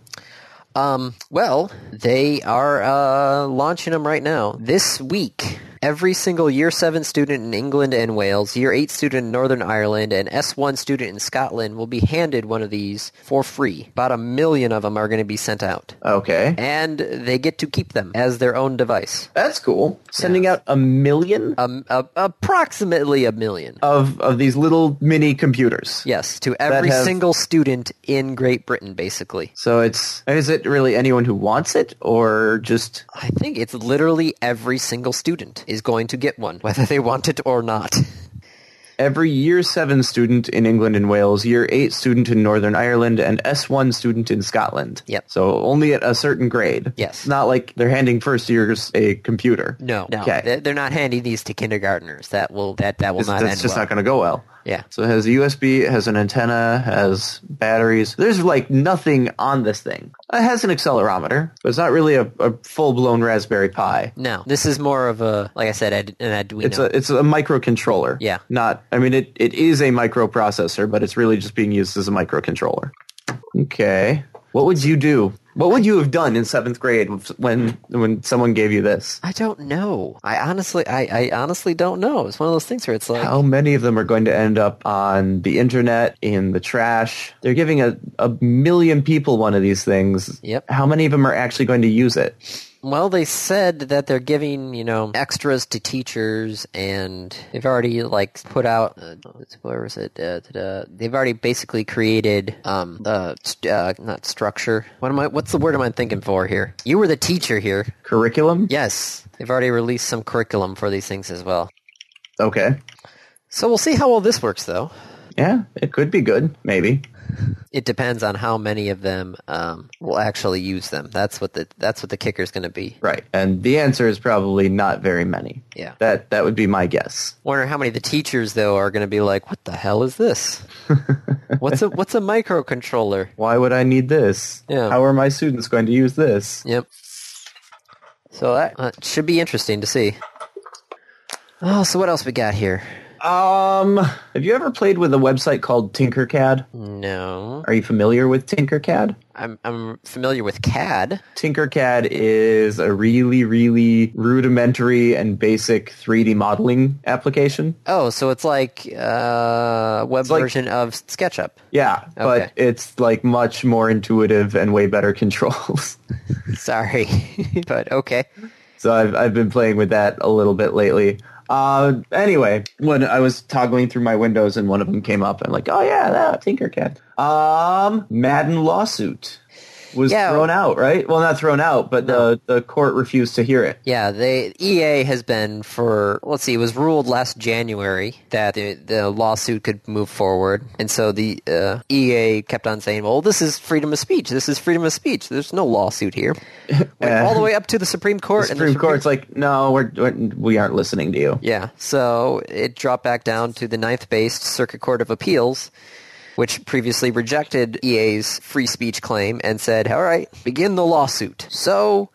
Speaker 1: Um, well, they are uh, launching them right now. This week, every single year 7 student in England and Wales, year 8 student in Northern Ireland, and S1 student in Scotland will be handed one of these for free. About a million of them are going to be sent out.
Speaker 2: Okay.
Speaker 1: And they get to keep them as their own device.
Speaker 2: That's cool. Sending out a million
Speaker 1: Um, a, approximately a million.
Speaker 2: of of these little mini computers.
Speaker 1: Yes, to every
Speaker 2: have-
Speaker 1: single student in Great Britain, basically.
Speaker 2: So it's is it really anyone who wants it or just
Speaker 1: I think it's literally every single student is going to get one, whether they want it or not.
Speaker 2: every year 7 student in England and Wales, year 8 student in Northern Ireland and S1 student in Scotland.
Speaker 1: Yep.
Speaker 2: So only at a certain grade.
Speaker 1: Yes.
Speaker 2: It's not like they're handing first years a computer.
Speaker 1: No, no,
Speaker 2: Okay.
Speaker 1: They- they're not handing these to kindergartners. That will that that will
Speaker 2: It's-
Speaker 1: not
Speaker 2: that's
Speaker 1: end
Speaker 2: just
Speaker 1: well.
Speaker 2: not going to go well.
Speaker 1: Yeah.
Speaker 2: So it has a USB, it has an antenna, has batteries. There's like nothing on this thing. It has an accelerometer, but it's not really a, a full blown Raspberry Pi.
Speaker 1: No, this is more of a like I said, ad- an Arduino.
Speaker 2: It's a it's a microcontroller.
Speaker 1: Yeah.
Speaker 2: Not I mean it, it is a microprocessor, but it's really just being used as a microcontroller. Okay. What would you do? What would you have done in seventh grade when when someone gave you this?
Speaker 1: I don't know. I honestly, I, I honestly don't know. It's one of those things where it's like,
Speaker 2: How many of them are going to end up on the internet, in the trash? They're giving a, a million people one of these things.
Speaker 1: Yep.
Speaker 2: How many of them are actually going to use it?
Speaker 1: well, they said that they're giving you know extras to teachers, and they've already like put out uh, where was it? Uh, da-da. they've already basically created um uh, st- uh not structure. What am I? What's the word am I thinking for here? You were the teacher here.
Speaker 2: Curriculum?
Speaker 1: Yes, they've already released some curriculum for these things as well.
Speaker 2: Okay.
Speaker 1: So we'll see how well this works, though.
Speaker 2: Yeah, it could be good, maybe.
Speaker 1: It depends on how many of them um, will actually use them. That's what the that's what the kicker is going to be.
Speaker 2: Right. And the answer is probably not very many.
Speaker 1: Yeah.
Speaker 2: That that would be my guess.
Speaker 1: Wonder how many of the teachers though are going to be like, "What the hell is this? what's a what's a microcontroller?"
Speaker 2: Why would I need this?
Speaker 1: Yeah.
Speaker 2: How are my students going to use this?
Speaker 1: Yep. So that uh, should be interesting to see. Oh, so what else we got here?
Speaker 2: Um, have you ever played with a website called Tinkercad?
Speaker 1: Hmm. No,
Speaker 2: Are you familiar with Tinkercad?
Speaker 1: I'm I'm familiar with CAD.
Speaker 2: Tinkercad is a really, really rudimentary and basic 3D modeling application.
Speaker 1: Oh, so it's like uh, web
Speaker 2: like-
Speaker 1: version of E SketchUp.
Speaker 2: Yeah,
Speaker 1: Okay.
Speaker 2: but it's like much more intuitive and way better controls.
Speaker 1: Sorry, but okay.
Speaker 2: so I've, I've been playing with that a little bit lately. Uh, anyway, when I was toggling through my windows and one of them came up, I'm like, oh yeah, that Tinkercad. Um, Madden lawsuit was
Speaker 1: Yeah.
Speaker 2: thrown out, right? Well, not thrown out, but the, the court refused to hear it.
Speaker 1: Yeah, they EA has been for let's see, it was ruled last January that the, the lawsuit could move forward, and so the uh, EA kept on saying, "Well, this is freedom of speech. This is freedom of speach. There's no lawsuit here." Went all the way up to the Supreme Court.
Speaker 2: Uh, The
Speaker 1: and the
Speaker 2: Supreme Court's like, no, we're, we're we aren't listening to you.
Speaker 1: Yeah, so it dropped back down to the ninth based Circuit Court of Appeals, which previously rejected EA's free speech claim and said, all right, begin the lawsuit. So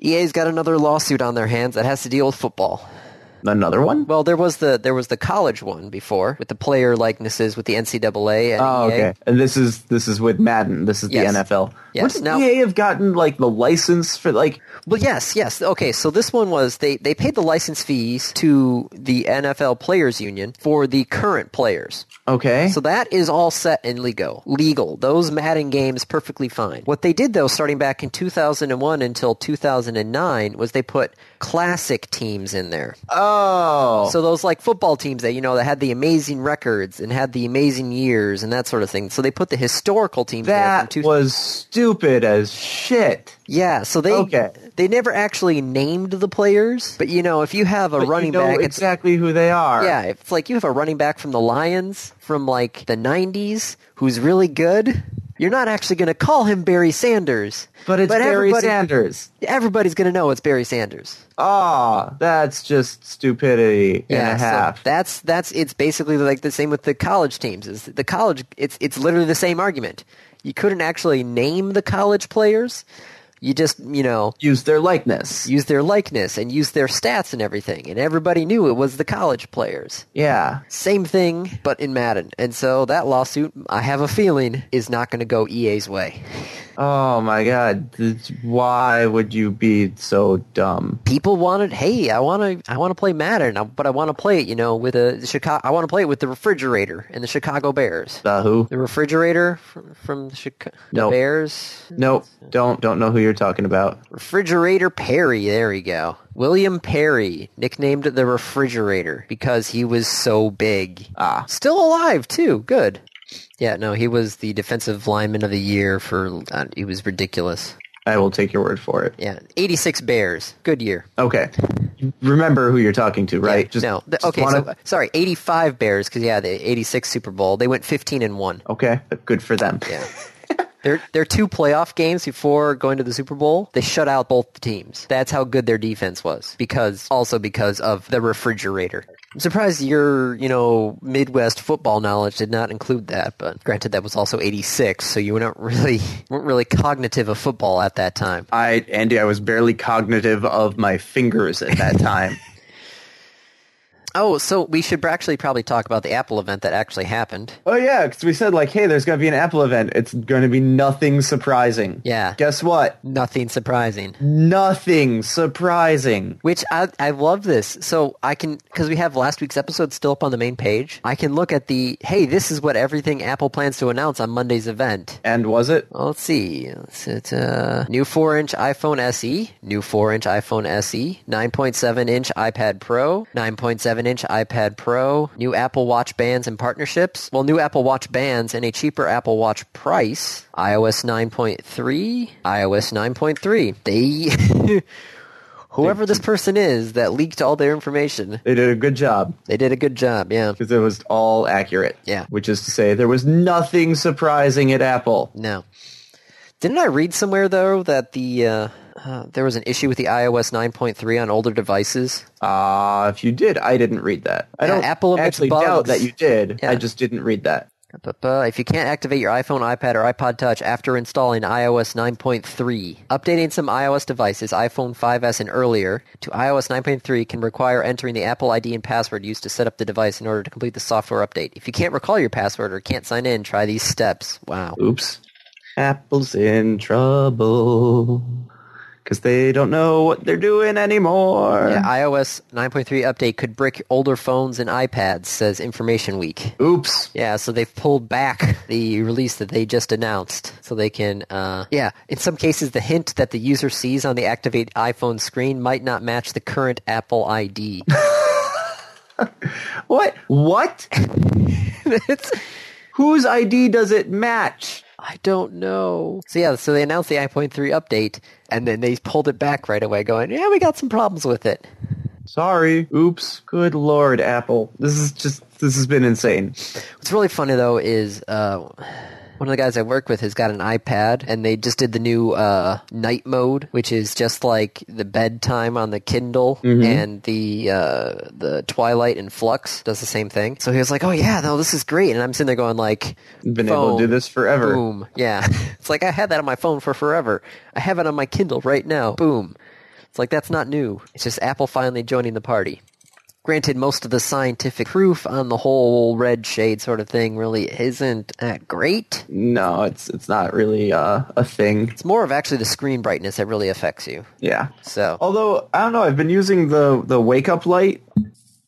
Speaker 1: EA's got another lawsuit on their hands that has to deal with football.
Speaker 2: Another one?
Speaker 1: Well, there was the there was the college one before with the player likenesses with the NCAA and E
Speaker 2: Oh,
Speaker 1: EA.
Speaker 2: okay. And this is this is with Madden. This is
Speaker 1: Yes.
Speaker 2: the NFL.
Speaker 1: Yes.
Speaker 2: Wouldn't
Speaker 1: Now-
Speaker 2: EA have gotten like the license for like?
Speaker 1: Well, yes, yes. Okay, so this one was they, they paid the license fees to the NFL Players Union for the current players.
Speaker 2: Okay.
Speaker 1: So that is all set and legal. Legal. Those Madden games perfectly fine. What they did though, starting back in 2001 until 2009, was they put classic teams in there.
Speaker 2: oh,
Speaker 1: So those like football teams that you know that had the amazing records and had the amazing years and that sort of thing. So they put the historical teams there.
Speaker 2: that
Speaker 1: From two-
Speaker 2: was stupid as shit.
Speaker 1: yeah. So they
Speaker 2: Okay.
Speaker 1: they never actually named the players, but you know if you have a
Speaker 2: But you
Speaker 1: running
Speaker 2: know
Speaker 1: back, it's
Speaker 2: exactly who they are.
Speaker 1: Yeah, it's like you have a running back from the Lions from like the 90s who's really good, You're not actually going to call him Barry Sanders,
Speaker 2: But it's Barry
Speaker 1: everybody-
Speaker 2: Sanders.
Speaker 1: Everybody's going to know it's Barry Sanders.
Speaker 2: Ah, that's just stupidity and a
Speaker 1: so
Speaker 2: half.
Speaker 1: that's that's it's basically like the same with the college teams. Is the college? It's it's literally the same argument. You couldn't actually name the college players. You just you know
Speaker 2: Use their likeness.
Speaker 1: use their likeness and use their stats and everything, and everybody knew it was the college players.
Speaker 2: yeah.
Speaker 1: Same thing, but in Madden. And so that lawsuit, I have a feeling, is not going to go EA's way.
Speaker 2: Oh my god. This- Why would you be so dumb?
Speaker 1: People wanted, hey, I want to, I want to play Madden, but I want to play it, you know, with a Chicago. I want to play it with the refrigerator and the Chicago Bears.
Speaker 2: The who?
Speaker 1: The refrigerator from, from the Chica- the
Speaker 2: No.
Speaker 1: Bears.
Speaker 2: Nope. Don't don't know who you're talking about.
Speaker 1: Refrigerator Perry. There we go. William Perry, nicknamed the Refrigerator because he was so big.
Speaker 2: Ah.
Speaker 1: Still alive too. Good. Yeah, no, he was the defensive lineman of the year for. Uh, he was ridiculous.
Speaker 2: I will take your word for it.
Speaker 1: Yeah, eighty-six Bears. Good year.
Speaker 2: Okay. Remember who you're talking to, right?
Speaker 1: Yeah, no. The-
Speaker 2: just
Speaker 1: okay,
Speaker 2: wanna-
Speaker 1: so, uh, sorry, eighty-five Bears because yeah, the eighty-six Super Bowl they went fifteen and one.
Speaker 2: okay. Good for them.
Speaker 1: Yeah. Their, their two playoff games before going to the Super Bowl, they shut out both the teams. That's how good their defense was. Because also because of the refrigerator. I'm surprised your, you know, Midwest football knowledge did not include that, but granted that was also eighty six, so you were not really weren't really cognitive of football at that time.
Speaker 2: I Andy, I was barely cognitive of my fingers at that time.
Speaker 1: Oh, so we should actually probably talk about the Apple event that actually happened.
Speaker 2: oh yeah, because we said like, hey, there's going to be an Apple event. It's going to be nothing surprising.
Speaker 1: Yeah.
Speaker 2: Guess what?
Speaker 1: Nothing surprising.
Speaker 2: Nothing surprising.
Speaker 1: Which I I love this. So I can because we have last week's episode still up on the main page. I can look at the hey, this is what everything Apple plans to announce on Monday's event.
Speaker 2: And was it?
Speaker 1: Well, let's see. It's, it's uh, new 4-inch iPhone SE, new 4-inch iPhone E, SE, 9.7-inch iPad Pro, 9.7-inch iPad Pro, new Apple Watch bands and partnerships. Well, new Apple Watch bands and a cheaper Apple Watch price. iOS 9.3, iOS 9.3. They Whoever this person is that leaked all their information,
Speaker 2: They did a good job
Speaker 1: they did a good job. Yeah.
Speaker 2: because it was all accurate.
Speaker 1: Yeah.
Speaker 2: Which is to say, there was nothing surprising at Apple.
Speaker 1: No. Didn't I read somewhere though that the uh, uh, there was an issue with the iOS 9.3 on older devices?
Speaker 2: Ah, if you did, I didn't read that. I
Speaker 1: Yeah,
Speaker 2: don't
Speaker 1: Apple admits
Speaker 2: actually
Speaker 1: bugs.
Speaker 2: doubt that you did.
Speaker 1: Yeah.
Speaker 2: I just didn't read that.
Speaker 1: Ba-ba-ba. If you can't activate your iPhone, iPad, or iPod Touch after installing iOS 9.3, updating some iOS devices, iPhone 5s and earlier, to iOS 9.3 can require entering the Apple ID and password used to set up the device in order to complete the software update. If you can't recall your password or can't sign in, try these steps. Wow.
Speaker 2: Oops. Apple's in trouble because they don't know what they're doing anymore.
Speaker 1: Yeah, iOS 9.3 update could brick older phones and iPads, says Information Week.
Speaker 2: Oops.
Speaker 1: Yeah, so they've pulled back the release that they just announced, so they can. Uh, yeah, in some cases, the hint that the user sees on the activate iPhone screen might not match the current Apple ID.
Speaker 2: What? What?
Speaker 1: It's-
Speaker 2: Whose ID does it match?
Speaker 1: I don't know. So yeah, so they announced the 9.3 update, and then they pulled it back right away, going, "Yeah, we got some problems with it."
Speaker 2: Sorry. Oops. Good lord, Apple. This is just. This has been insane.
Speaker 1: What's really funny though is uh, one of the guys I work with has got an iPad, and they just did the new uh, night mode, which is just like the bedtime on the Kindle,
Speaker 2: Mm-hmm.
Speaker 1: and the uh, the Twilight and Flux does the same thing. So he was like, "Oh yeah, no, this is great," and I'm sitting there going like,
Speaker 2: Been able to do
Speaker 1: "Phone,
Speaker 2: this forever.
Speaker 1: Boom, yeah. it's like I had that on my phone for forever. I have it on my Kindle right now. Boom. It's like that's not new. It's just Apple finally joining the party. Granted, most of the scientific proof on the whole red shade sort of thing really isn't that great.
Speaker 2: No, it's it's not really uh, a thing.
Speaker 1: It's more of actually the screen brightness that really affects you.
Speaker 2: Yeah.
Speaker 1: So,
Speaker 2: Although I don't know, I've been using the the wake up light.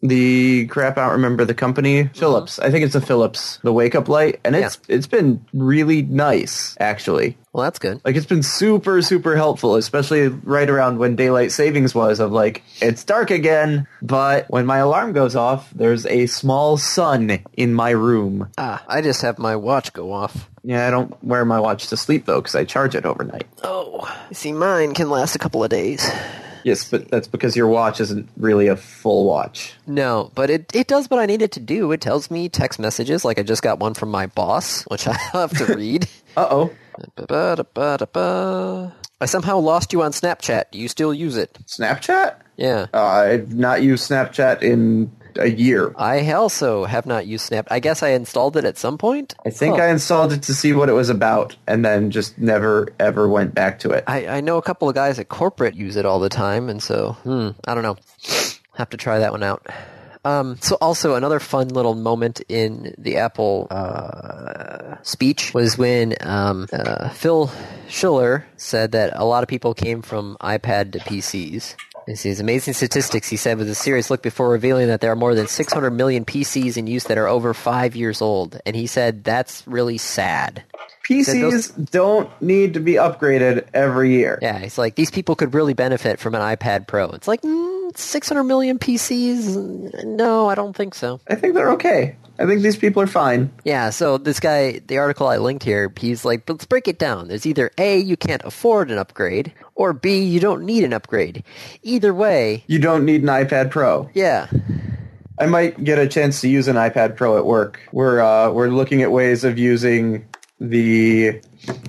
Speaker 2: The crap, I don't remember the company. Philips, I think it's a Philips. The wake up light, and it's it's been really nice actually.
Speaker 1: well, that's good.
Speaker 2: Like it's been super super helpful, especially right around when daylight savings was. Of like it's dark again, but when my alarm goes off, there's a small sun in my room.
Speaker 1: Ah, I just have my watch go off.
Speaker 2: Yeah, I don't wear my watch to sleep though because I charge it overnight.
Speaker 1: Oh, you see, mine can last a couple of days.
Speaker 2: Yes, but that's because your watch isn't really a full watch.
Speaker 1: No, but it, it does what I need it to do. It tells me text messages, like I just got one from my boss, which I have to read.
Speaker 2: Uh oh.
Speaker 1: Ba-ba-da-ba-da-ba. I somehow lost you on Snapchat. Do you still use it?
Speaker 2: Snapchat?
Speaker 1: Yeah.
Speaker 2: Uh, I've not used Snapchat in a year.
Speaker 1: I also have not used Snap. I guess I installed it at some point.
Speaker 2: I think I installed it to see what it was about and then just never ever went back to it.
Speaker 1: I, I know a couple of guys at corporate use it all the time, and so hmm, I don't know. Have to try that one out. Um, so also another fun little moment in the Apple uh, speech was when um, uh, Phil Schiller said that a lot of people came from iPad to PCs. This is amazing statistics, he said, with a serious look before revealing that there are more than 600 million PCs in use that are over five years old. And he said that's really sad.
Speaker 2: PCs
Speaker 1: those-
Speaker 2: don't need to be upgraded every year.
Speaker 1: Yeah, it's like these people could really benefit from an iPad Pro. It's like mm, 600 million PCs. No, I don't think so.
Speaker 2: I think they're okay. I think these people are fine.
Speaker 1: Yeah, so this guy, the article I linked here, he's like, let's break it down. There's either A, you can't afford an upgrade, or B, you don't need an upgrade. Either way,
Speaker 2: You don't need an iPad Pro.
Speaker 1: yeah,
Speaker 2: I might get a chance to use an iPad Pro at work. We're uh, we're looking at ways of using the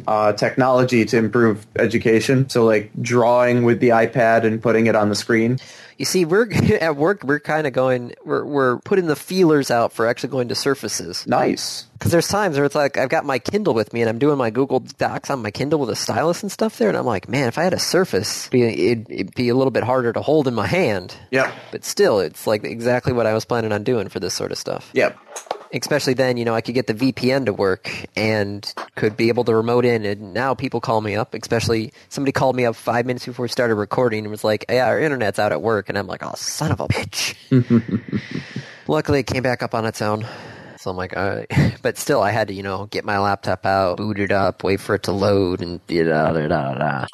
Speaker 2: uh, technology to improve education. So like drawing with the iPad and putting it on the screen.
Speaker 1: You see, we're at work. We're kind of going. We're we're putting the feelers out for actually going to surfaces
Speaker 2: Nice.
Speaker 1: because there's times where it's like I've got my Kindle with me and I'm doing my Google Docs on my Kindle with a stylus and stuff there, and I'm like, man, if I had a Surface, it'd be, it'd, it'd be a little bit harder to hold in my hand.
Speaker 2: Yep.
Speaker 1: But still, it's like exactly what I was planning on doing for this sort of stuff.
Speaker 2: Yep.
Speaker 1: Especially then, you know, I could get the VPN to work and could be able to remote in. And now people call me up, especially somebody called me up five minutes before we started recording and was like, yeah, our internet's out at work. And I'm like, oh, son of a bitch. Luckily, it came back up on its own. So I'm like, all right. But still, I had to, you know, get my laptop out, boot it up, wait for it to load, and da da da da.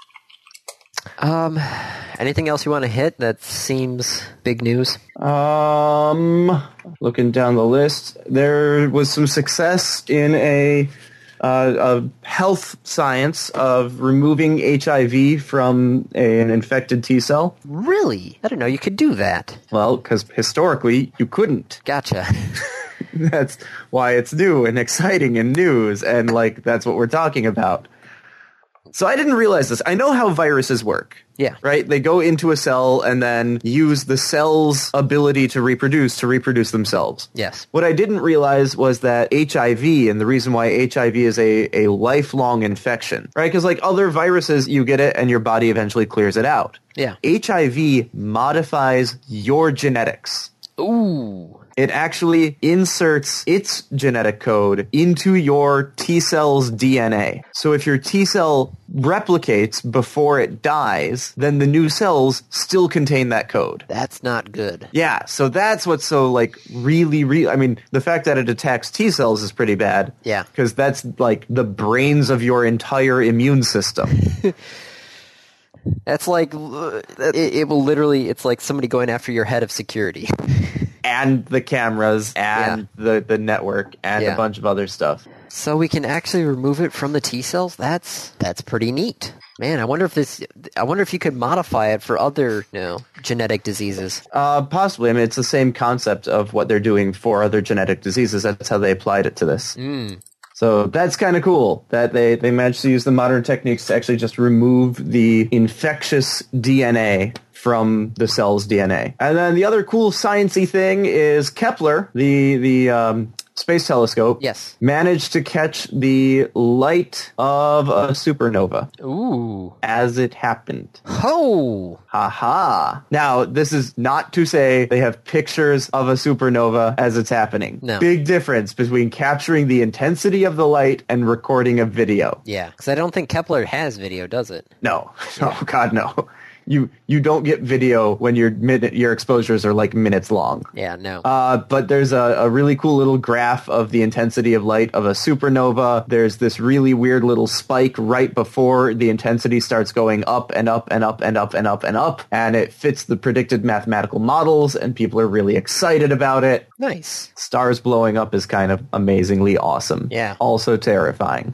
Speaker 1: Um, anything else you want to hit that seems big news?
Speaker 2: Um, looking down the list, there was some success in a, uh, a health science of removing HIV from an infected T cell.
Speaker 1: Really? I didn't know you could do that.
Speaker 2: Well, because historically you couldn't.
Speaker 1: Gotcha.
Speaker 2: That's why it's new and exciting and news, and like that's what we're talking about. So I didn't realize this. I know how viruses work.
Speaker 1: Yeah.
Speaker 2: Right? They go into a cell and then use the cell's ability to reproduce to reproduce themselves.
Speaker 1: Yes.
Speaker 2: What I didn't realize was that HIV and the reason why HIV is a, a lifelong infection, right? Because like other viruses, you get it and your body eventually clears it out.
Speaker 1: Yeah.
Speaker 2: HIV modifies your genetics.
Speaker 1: Ooh.
Speaker 2: It actually inserts its genetic code into your T cell's DNA. So if your T cell replicates before it dies, then the new cells still contain that code.
Speaker 1: That's not good.
Speaker 2: Yeah, so that's what's so like really, really. I mean, the fact that it attacks T cells is pretty bad.
Speaker 1: Yeah.
Speaker 2: because that's like the brains of your entire immune system.
Speaker 1: That's like, uh, it, it will literally, it's like somebody going after your head of security.
Speaker 2: and the cameras and the, the network and
Speaker 1: Yeah.
Speaker 2: a bunch of other stuff.
Speaker 1: So we can actually remove it from the T cells. That's that's pretty neat, man. I wonder if this. I wonder if you could modify it for other you know, genetic diseases.
Speaker 2: Uh, possibly. I mean, it's the same concept of what they're doing for other genetic diseases. That's how they applied it to this. So that's kind of cool that they, they managed to use the modern techniques to actually just remove the infectious DNA from the cell's DNA. And then the other cool sciencey thing is Kepler, the the um, space telescope.
Speaker 1: Yes.
Speaker 2: Managed to catch the light of a supernova
Speaker 1: Ooh.
Speaker 2: as it happened.
Speaker 1: Oh.
Speaker 2: Aha. Now, this is not to say they have pictures of a supernova as it's happening.
Speaker 1: No.
Speaker 2: Big difference between capturing the intensity of the light and recording a video.
Speaker 1: Yeah. Because I don't think Kepler has video, does it?
Speaker 2: No. Oh god no. You you don't get video when your minute your exposures are like minutes long.
Speaker 1: Yeah. No.
Speaker 2: Uh, but there's a, a really cool little graph of the intensity of light of a supernova. There's this really weird little spike right before the intensity starts going up and up and up and up and up and up. And it fits the predicted mathematical models, and people are really excited about it.
Speaker 1: nice.
Speaker 2: Stars blowing up is kind of amazingly awesome.
Speaker 1: Yeah.
Speaker 2: Also terrifying.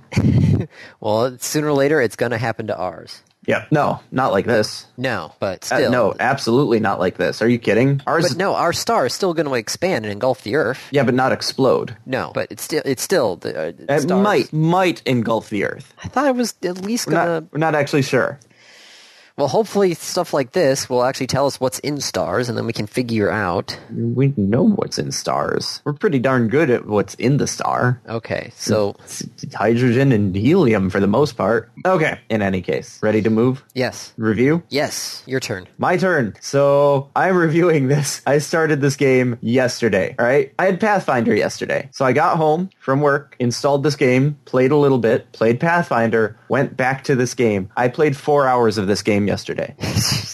Speaker 1: Well, sooner or later, it's going to happen to ours.
Speaker 2: Yeah. No, not like this.
Speaker 1: No, but
Speaker 2: Uh,
Speaker 1: still.
Speaker 2: no, absolutely not like this. Are you kidding? Ours.
Speaker 1: But no, our star is still going to expand and engulf the Earth.
Speaker 2: Yeah, but not explode.
Speaker 1: No, but it's still it's still the uh,
Speaker 2: It
Speaker 1: stars.
Speaker 2: might might engulf the Earth.
Speaker 1: I thought it was at least
Speaker 2: We're not,
Speaker 1: gonna.
Speaker 2: we're not actually sure.
Speaker 1: Well, hopefully, stuff like this will actually tell us what's in stars, and then we can figure out.
Speaker 2: We know what's in stars. We're pretty darn good at what's in the star.
Speaker 1: Okay, so
Speaker 2: It's hydrogen and helium for the most part. Okay. In any case, ready to move?
Speaker 1: yes,
Speaker 2: Review?
Speaker 1: yes, your turn.
Speaker 2: My turn. So I'm reviewing this. I started this game yesterday. All right. I had Pathfinder yesterday. So I got home from work, installed this game, played a little bit, played Pathfinder, went back to this game. I played four hours of this game yesterday.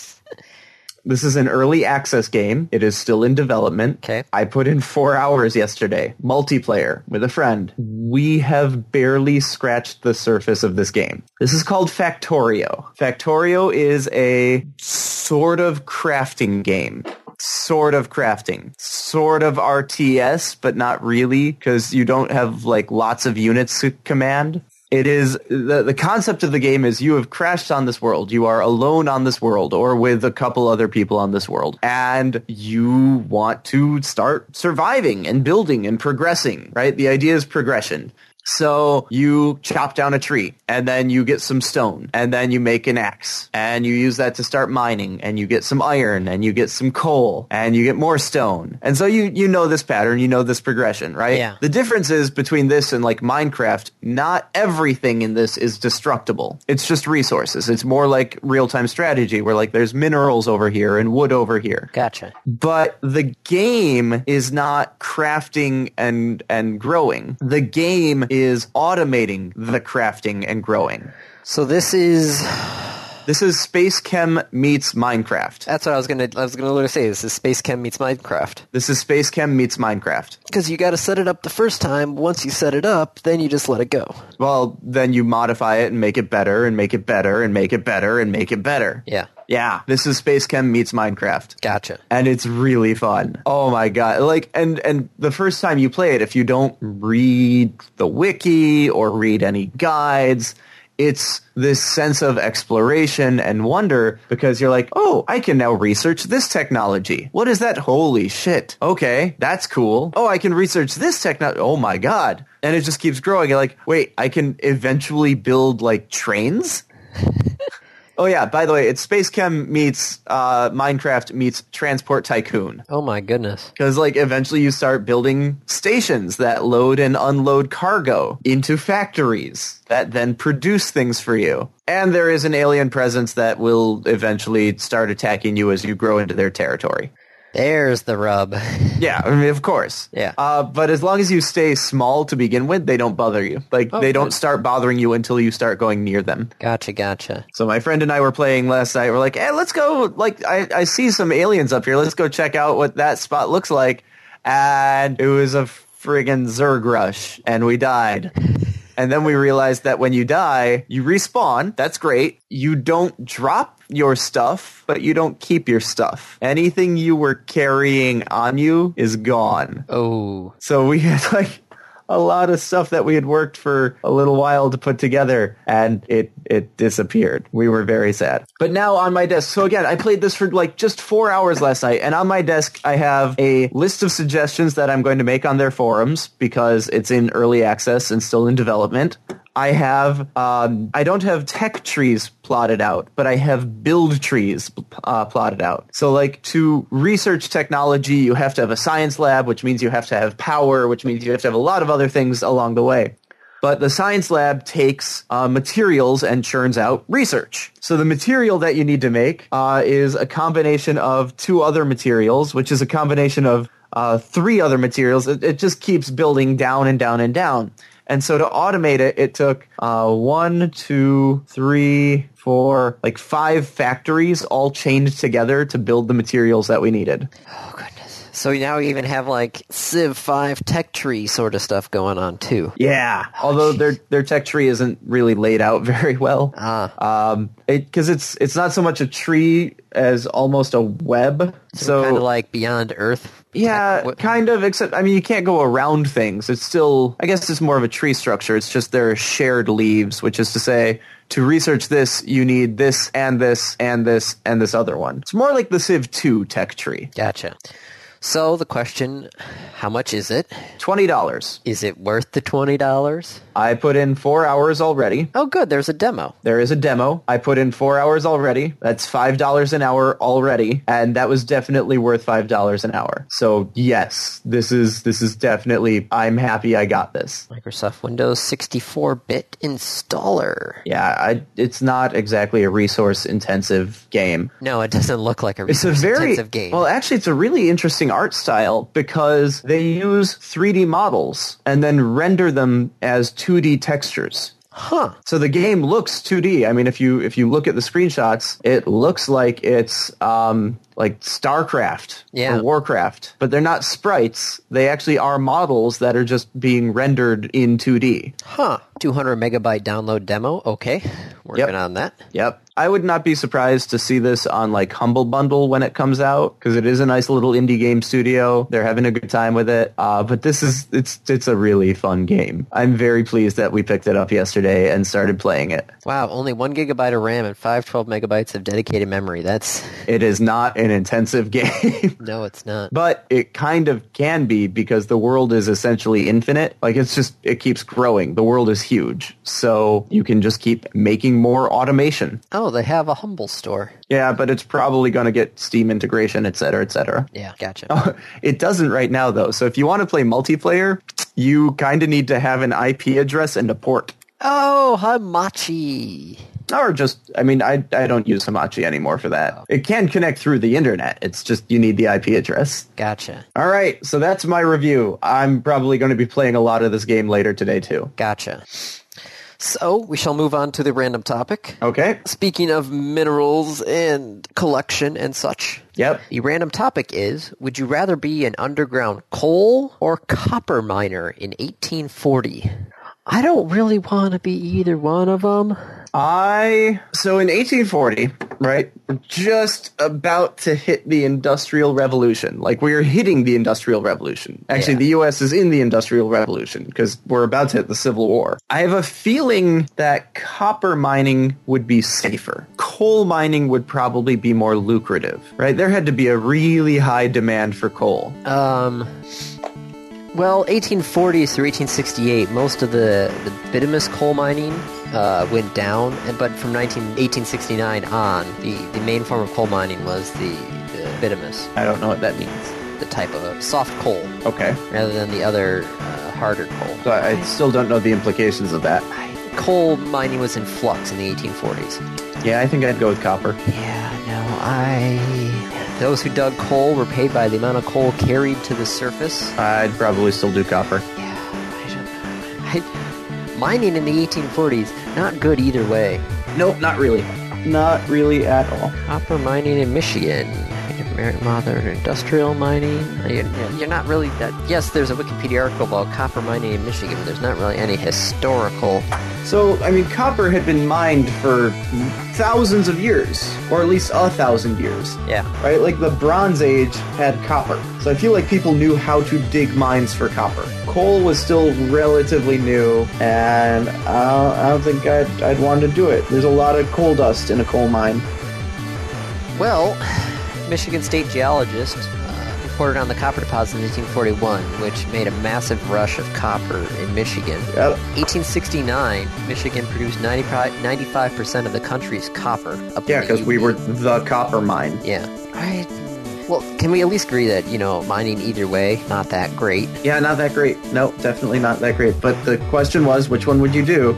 Speaker 2: This is an early access game. It is still in development.
Speaker 1: Okay.
Speaker 2: I put in four hours yesterday, multiplayer with a friend. We have barely scratched the surface of this game. This is called Factorio. Factorio is a sort of crafting game. Sort of crafting. Sort of RTS, but not really, because you don't have like lots of units to command. It is the the concept of the game is you have crashed on this world. You are alone on this world or with a couple other people on this world and you want to start surviving and building and progressing, right? The idea is progression. So you chop down a tree and then you get some stone and then you make an axe and you use that to start mining and you get some iron and you get some coal and you get more stone. And so you you know this pattern, you know this progression, right?
Speaker 1: Yeah.
Speaker 2: The difference is between this and like Minecraft, not everything in this is destructible. It's just resources. It's more like real-time strategy where like there's minerals over here and wood over here
Speaker 1: Gotcha.
Speaker 2: but the game is not crafting and and growing the game is automating the crafting and growing
Speaker 1: So this is
Speaker 2: this is space chem meets minecraft
Speaker 1: that's what I was gonna I was gonna literally say. This is Space Chem meets Minecraft
Speaker 2: this is space chem meets minecraft
Speaker 1: because you got to set it up the first time. Once you set it up, then you just let it go.
Speaker 2: well then you modify it and make it better and make it better and make it better and make it better
Speaker 1: Yeah,
Speaker 2: yeah this is space chem meets minecraft
Speaker 1: gotcha.
Speaker 2: and it's really fun. Oh my god! Like, and and the first time you play it, if you don't read the wiki or read any guides, it's this sense of exploration and wonder because you're like, oh, I can now research this technology. What is that? Holy shit! Okay, that's cool. Oh, I can research this technology. Oh my god! And it just keeps growing. You're like, wait, I can eventually build like trains. Oh yeah, by the way, it's Space Chem meets uh, Minecraft meets Transport Tycoon.
Speaker 1: Oh my goodness.
Speaker 2: Because like eventually you start building stations that load and unload cargo into factories that then produce things for you. And there is an alien presence that will eventually start attacking you as you grow into their territory.
Speaker 1: There's the rub.
Speaker 2: Yeah, I mean, of course.
Speaker 1: Yeah.
Speaker 2: Uh, but as long as you stay small to begin with, they don't bother you. Like they don't start bothering you until you start going near them.
Speaker 1: Gotcha, gotcha.
Speaker 2: So my friend and I were playing last night. We're like, hey, let's go. Like, I, I see some aliens up here. Let's go check out what that spot looks like. And it was a friggin' Zerg rush, and we died. And then we realized that when you die, you respawn. That's great. You don't drop your stuff, but you don't keep your stuff. Anything you were carrying on you is gone.
Speaker 1: Oh,
Speaker 2: So we had like a lot of stuff that we had worked for a little while to put together and it it disappeared. We were very sad. But now on my desk, so again, I played this for like just 4 hours last night and on my desk I have a list of suggestions that I'm going to make on their forums because it's in early access and still in development. I have um, I don't have tech trees plotted out, but I have build trees uh, plotted out. So like to research technology, you have to have a science lab, which means you have to have power, which means you have to have a lot of other things along the way. But the science lab takes uh, materials and churns out research. So the material that you need to make uh, is a combination of two other materials, which is a combination of uh, three other materials. It, it just keeps building down and down and down. And so to automate it, it took uh, one, two, three, four, like five factories all chained together to build the materials that we needed.
Speaker 1: oh goodness. So now we even have like Civ Five tech tree sort of stuff going on too.
Speaker 2: Yeah. Although their their tech tree isn't really laid out very well. Ah. Um, because it's it's not so much a tree as almost a web. So,
Speaker 1: kind of like Beyond Earth.
Speaker 2: yeah, kind of. Except I mean, you can't go around things. It's still I guess it's more of a tree structure. It's just there are shared leaves, which is to say. to research this, you need this and this and this and this other one. It's more like the Civ 2 tech tree.
Speaker 1: Gotcha. So the question, how much is it?
Speaker 2: $20.
Speaker 1: Is it worth the $20?
Speaker 2: I put in four hours already.
Speaker 1: Oh, good. There's a demo.
Speaker 2: There is a demo. I put in four hours already. That's $5 an hour already. And that was definitely worth $5 an hour. So yes, this is, this is definitely, I'm happy I got this.
Speaker 1: Microsoft Windows 64-bit installer.
Speaker 2: Yeah, I, it's not exactly a resource intensive game.
Speaker 1: No, it doesn't look like a
Speaker 2: It's a very
Speaker 1: resource-intensive game.
Speaker 2: well. Actually, it's a really interesting art style because they use 3D models and then render them as 2D textures.
Speaker 1: huh.
Speaker 2: So the game looks 2D. I mean, if you if you look at the screenshots, it looks like it's um, like StarCraft
Speaker 1: Yeah.
Speaker 2: or Warcraft, but they're not sprites. They actually are models that are just being rendered in 2D.
Speaker 1: Huh. 200 megabyte download demo. Okay. Working on that.
Speaker 2: Yep. I would not be surprised to see this on like Humble Bundle when it comes out because it is a nice little indie game studio. They're having a good time with it. Uh, but this is it's it's a really fun game. I'm very pleased that we picked it up yesterday and started playing it.
Speaker 1: Wow, only one gigabyte of RAM and 512 megabytes of dedicated memory. That's,
Speaker 2: It is not an intensive game.
Speaker 1: no, it's not.
Speaker 2: But it kind of can be because the world is essentially infinite. Like it's just, it keeps growing. The world is huge. So you can just keep making more automation.
Speaker 1: Oh, they have a Humble store.
Speaker 2: Yeah, but it's probably going to get Steam integration, et cetera, et cetera.
Speaker 1: Yeah, gotcha.
Speaker 2: Oh. It doesn't right now, though. So if you want to play multiplayer, you kind of need to have an IP address and a port.
Speaker 1: Oh, Hamachi.
Speaker 2: Or just, I mean, I, I don't use Hamachi anymore for that. It can connect through the internet. It's just you need the IP address.
Speaker 1: Gotcha.
Speaker 2: All right, so that's my review. I'm probably going to be playing a lot of this game later today, too.
Speaker 1: Gotcha. So, we shall move on to the random topic.
Speaker 2: Okay?
Speaker 1: Speaking of minerals and collection and such,
Speaker 2: Yep.
Speaker 1: the random topic is Would you rather be an underground coal or copper miner in 1840? I don't really want to be either one of them.
Speaker 2: I. So in 1840, right, we're just about to hit the Industrial Revolution. Like, we are hitting the Industrial Revolution. Actually,
Speaker 1: Yeah.
Speaker 2: the U.S. is in the Industrial Revolution because we're about to hit the Civil War. I have a feeling that copper mining would be safer. Coal mining would probably be more lucrative, right? There had to be a really high demand for coal.
Speaker 1: Um, well, 1840s through 1868, most of the, the bituminous coal mining uh, went down, and- but from 19, 1869 on, the, the main form of coal mining was the, the bituminous,
Speaker 2: I don't know what that means.
Speaker 1: the type of soft coal,
Speaker 2: Okay.
Speaker 1: rather than the other uh, harder coal.
Speaker 2: So I I still don't know the implications of that.
Speaker 1: Coal mining was in flux in the 1840s.
Speaker 2: Yeah, I think I'd go with copper.
Speaker 1: Yeah, no, I. Those who dug coal were paid by the amount of coal carried to the surface.
Speaker 2: I'd probably still do copper.
Speaker 1: Yeah, I don't. I, mining in the 1840s, not good either way.
Speaker 2: Nope, not really. Not really at all.
Speaker 1: Copper mining in Michigan. American modern industrial mining. You- You're not really that. Yes, there's a Wikipedia article about copper mining in Michigan, but there's not really any historical.
Speaker 2: So, I mean, copper had been mined for thousands of years, or at least a thousand years.
Speaker 1: Yeah.
Speaker 2: Right? Like the Bronze Age had copper. So I feel like people knew how to dig mines for copper. Coal was still relatively new, and I I don't think I'd, I'd want to do it. There's a lot of coal dust in a coal mine.
Speaker 1: Well, Michigan State geologist uh, reported on the copper deposit in 1841, which made a massive rush of copper in Michigan.
Speaker 2: Yep.
Speaker 1: 1869, Michigan produced 90 95% of the country's copper. up in the
Speaker 2: Yeah, because we
Speaker 1: Yukon.
Speaker 2: were the copper mine.
Speaker 1: Yeah. I. Well, can we at least agree that, you know, mining either way, not that great?
Speaker 2: Yeah, not that great. No, definitely not that great. But the question was, which one would you do?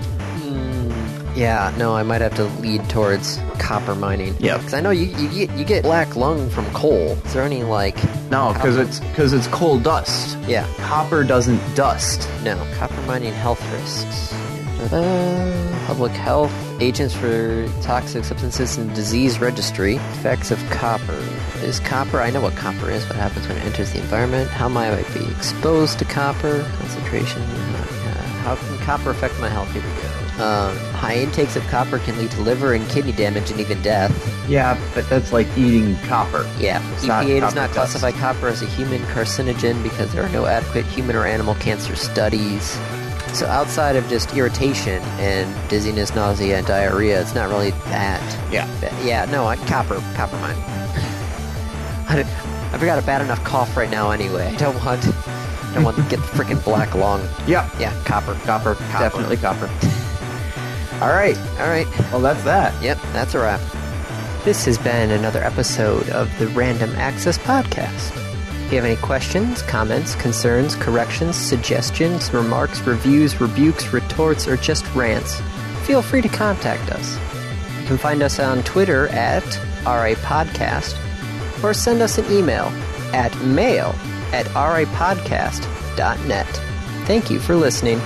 Speaker 1: Yeah, no, I might have to lead towards copper mining.
Speaker 2: Yep.
Speaker 1: Because I know you, you, get, you get black lung from coal. Is there any, like.
Speaker 2: No, because it's because it's coal dust.
Speaker 1: Yeah,
Speaker 2: Copper doesn't dust.
Speaker 1: no. Copper mining health risks. Uh, public health, agents for toxic substances and disease registry, effects of copper. Is copper, I know what copper is, what happens when it enters the environment, how might I be exposed to copper, concentration, uh, how can copper affect my health? Here we go. Um, high intakes of copper can lead to liver and kidney damage and even death.
Speaker 2: Yeah, but that's like eating copper.
Speaker 1: Yeah,
Speaker 2: It's not
Speaker 1: EPA does
Speaker 2: copper
Speaker 1: not
Speaker 2: dust.
Speaker 1: classify copper as a human carcinogen because there are no adequate human or animal cancer studies. So outside of just irritation and dizziness, nausea, and diarrhea, it's not really that.
Speaker 3: Yeah.
Speaker 1: But yeah, no, I, copper, copper mine. I, don't- I've got a bad enough cough right now anyway. I don't want, don't want to get the freaking black lung.
Speaker 3: Yeah.
Speaker 1: Yeah, copper, copper, copper.
Speaker 3: Definitely copper.
Speaker 2: All right.
Speaker 1: All right.
Speaker 2: Well, that's that.
Speaker 1: Yep, that's a wrap. This has been another episode of the Random Access Podcast. If you have any questions, comments, concerns, corrections, suggestions, remarks, reviews, rebukes, retorts, or just rants, feel free to contact us. You can find us on Twitter at RAPodcast or send us an email at mail at rapodcast.net. Thank you for listening.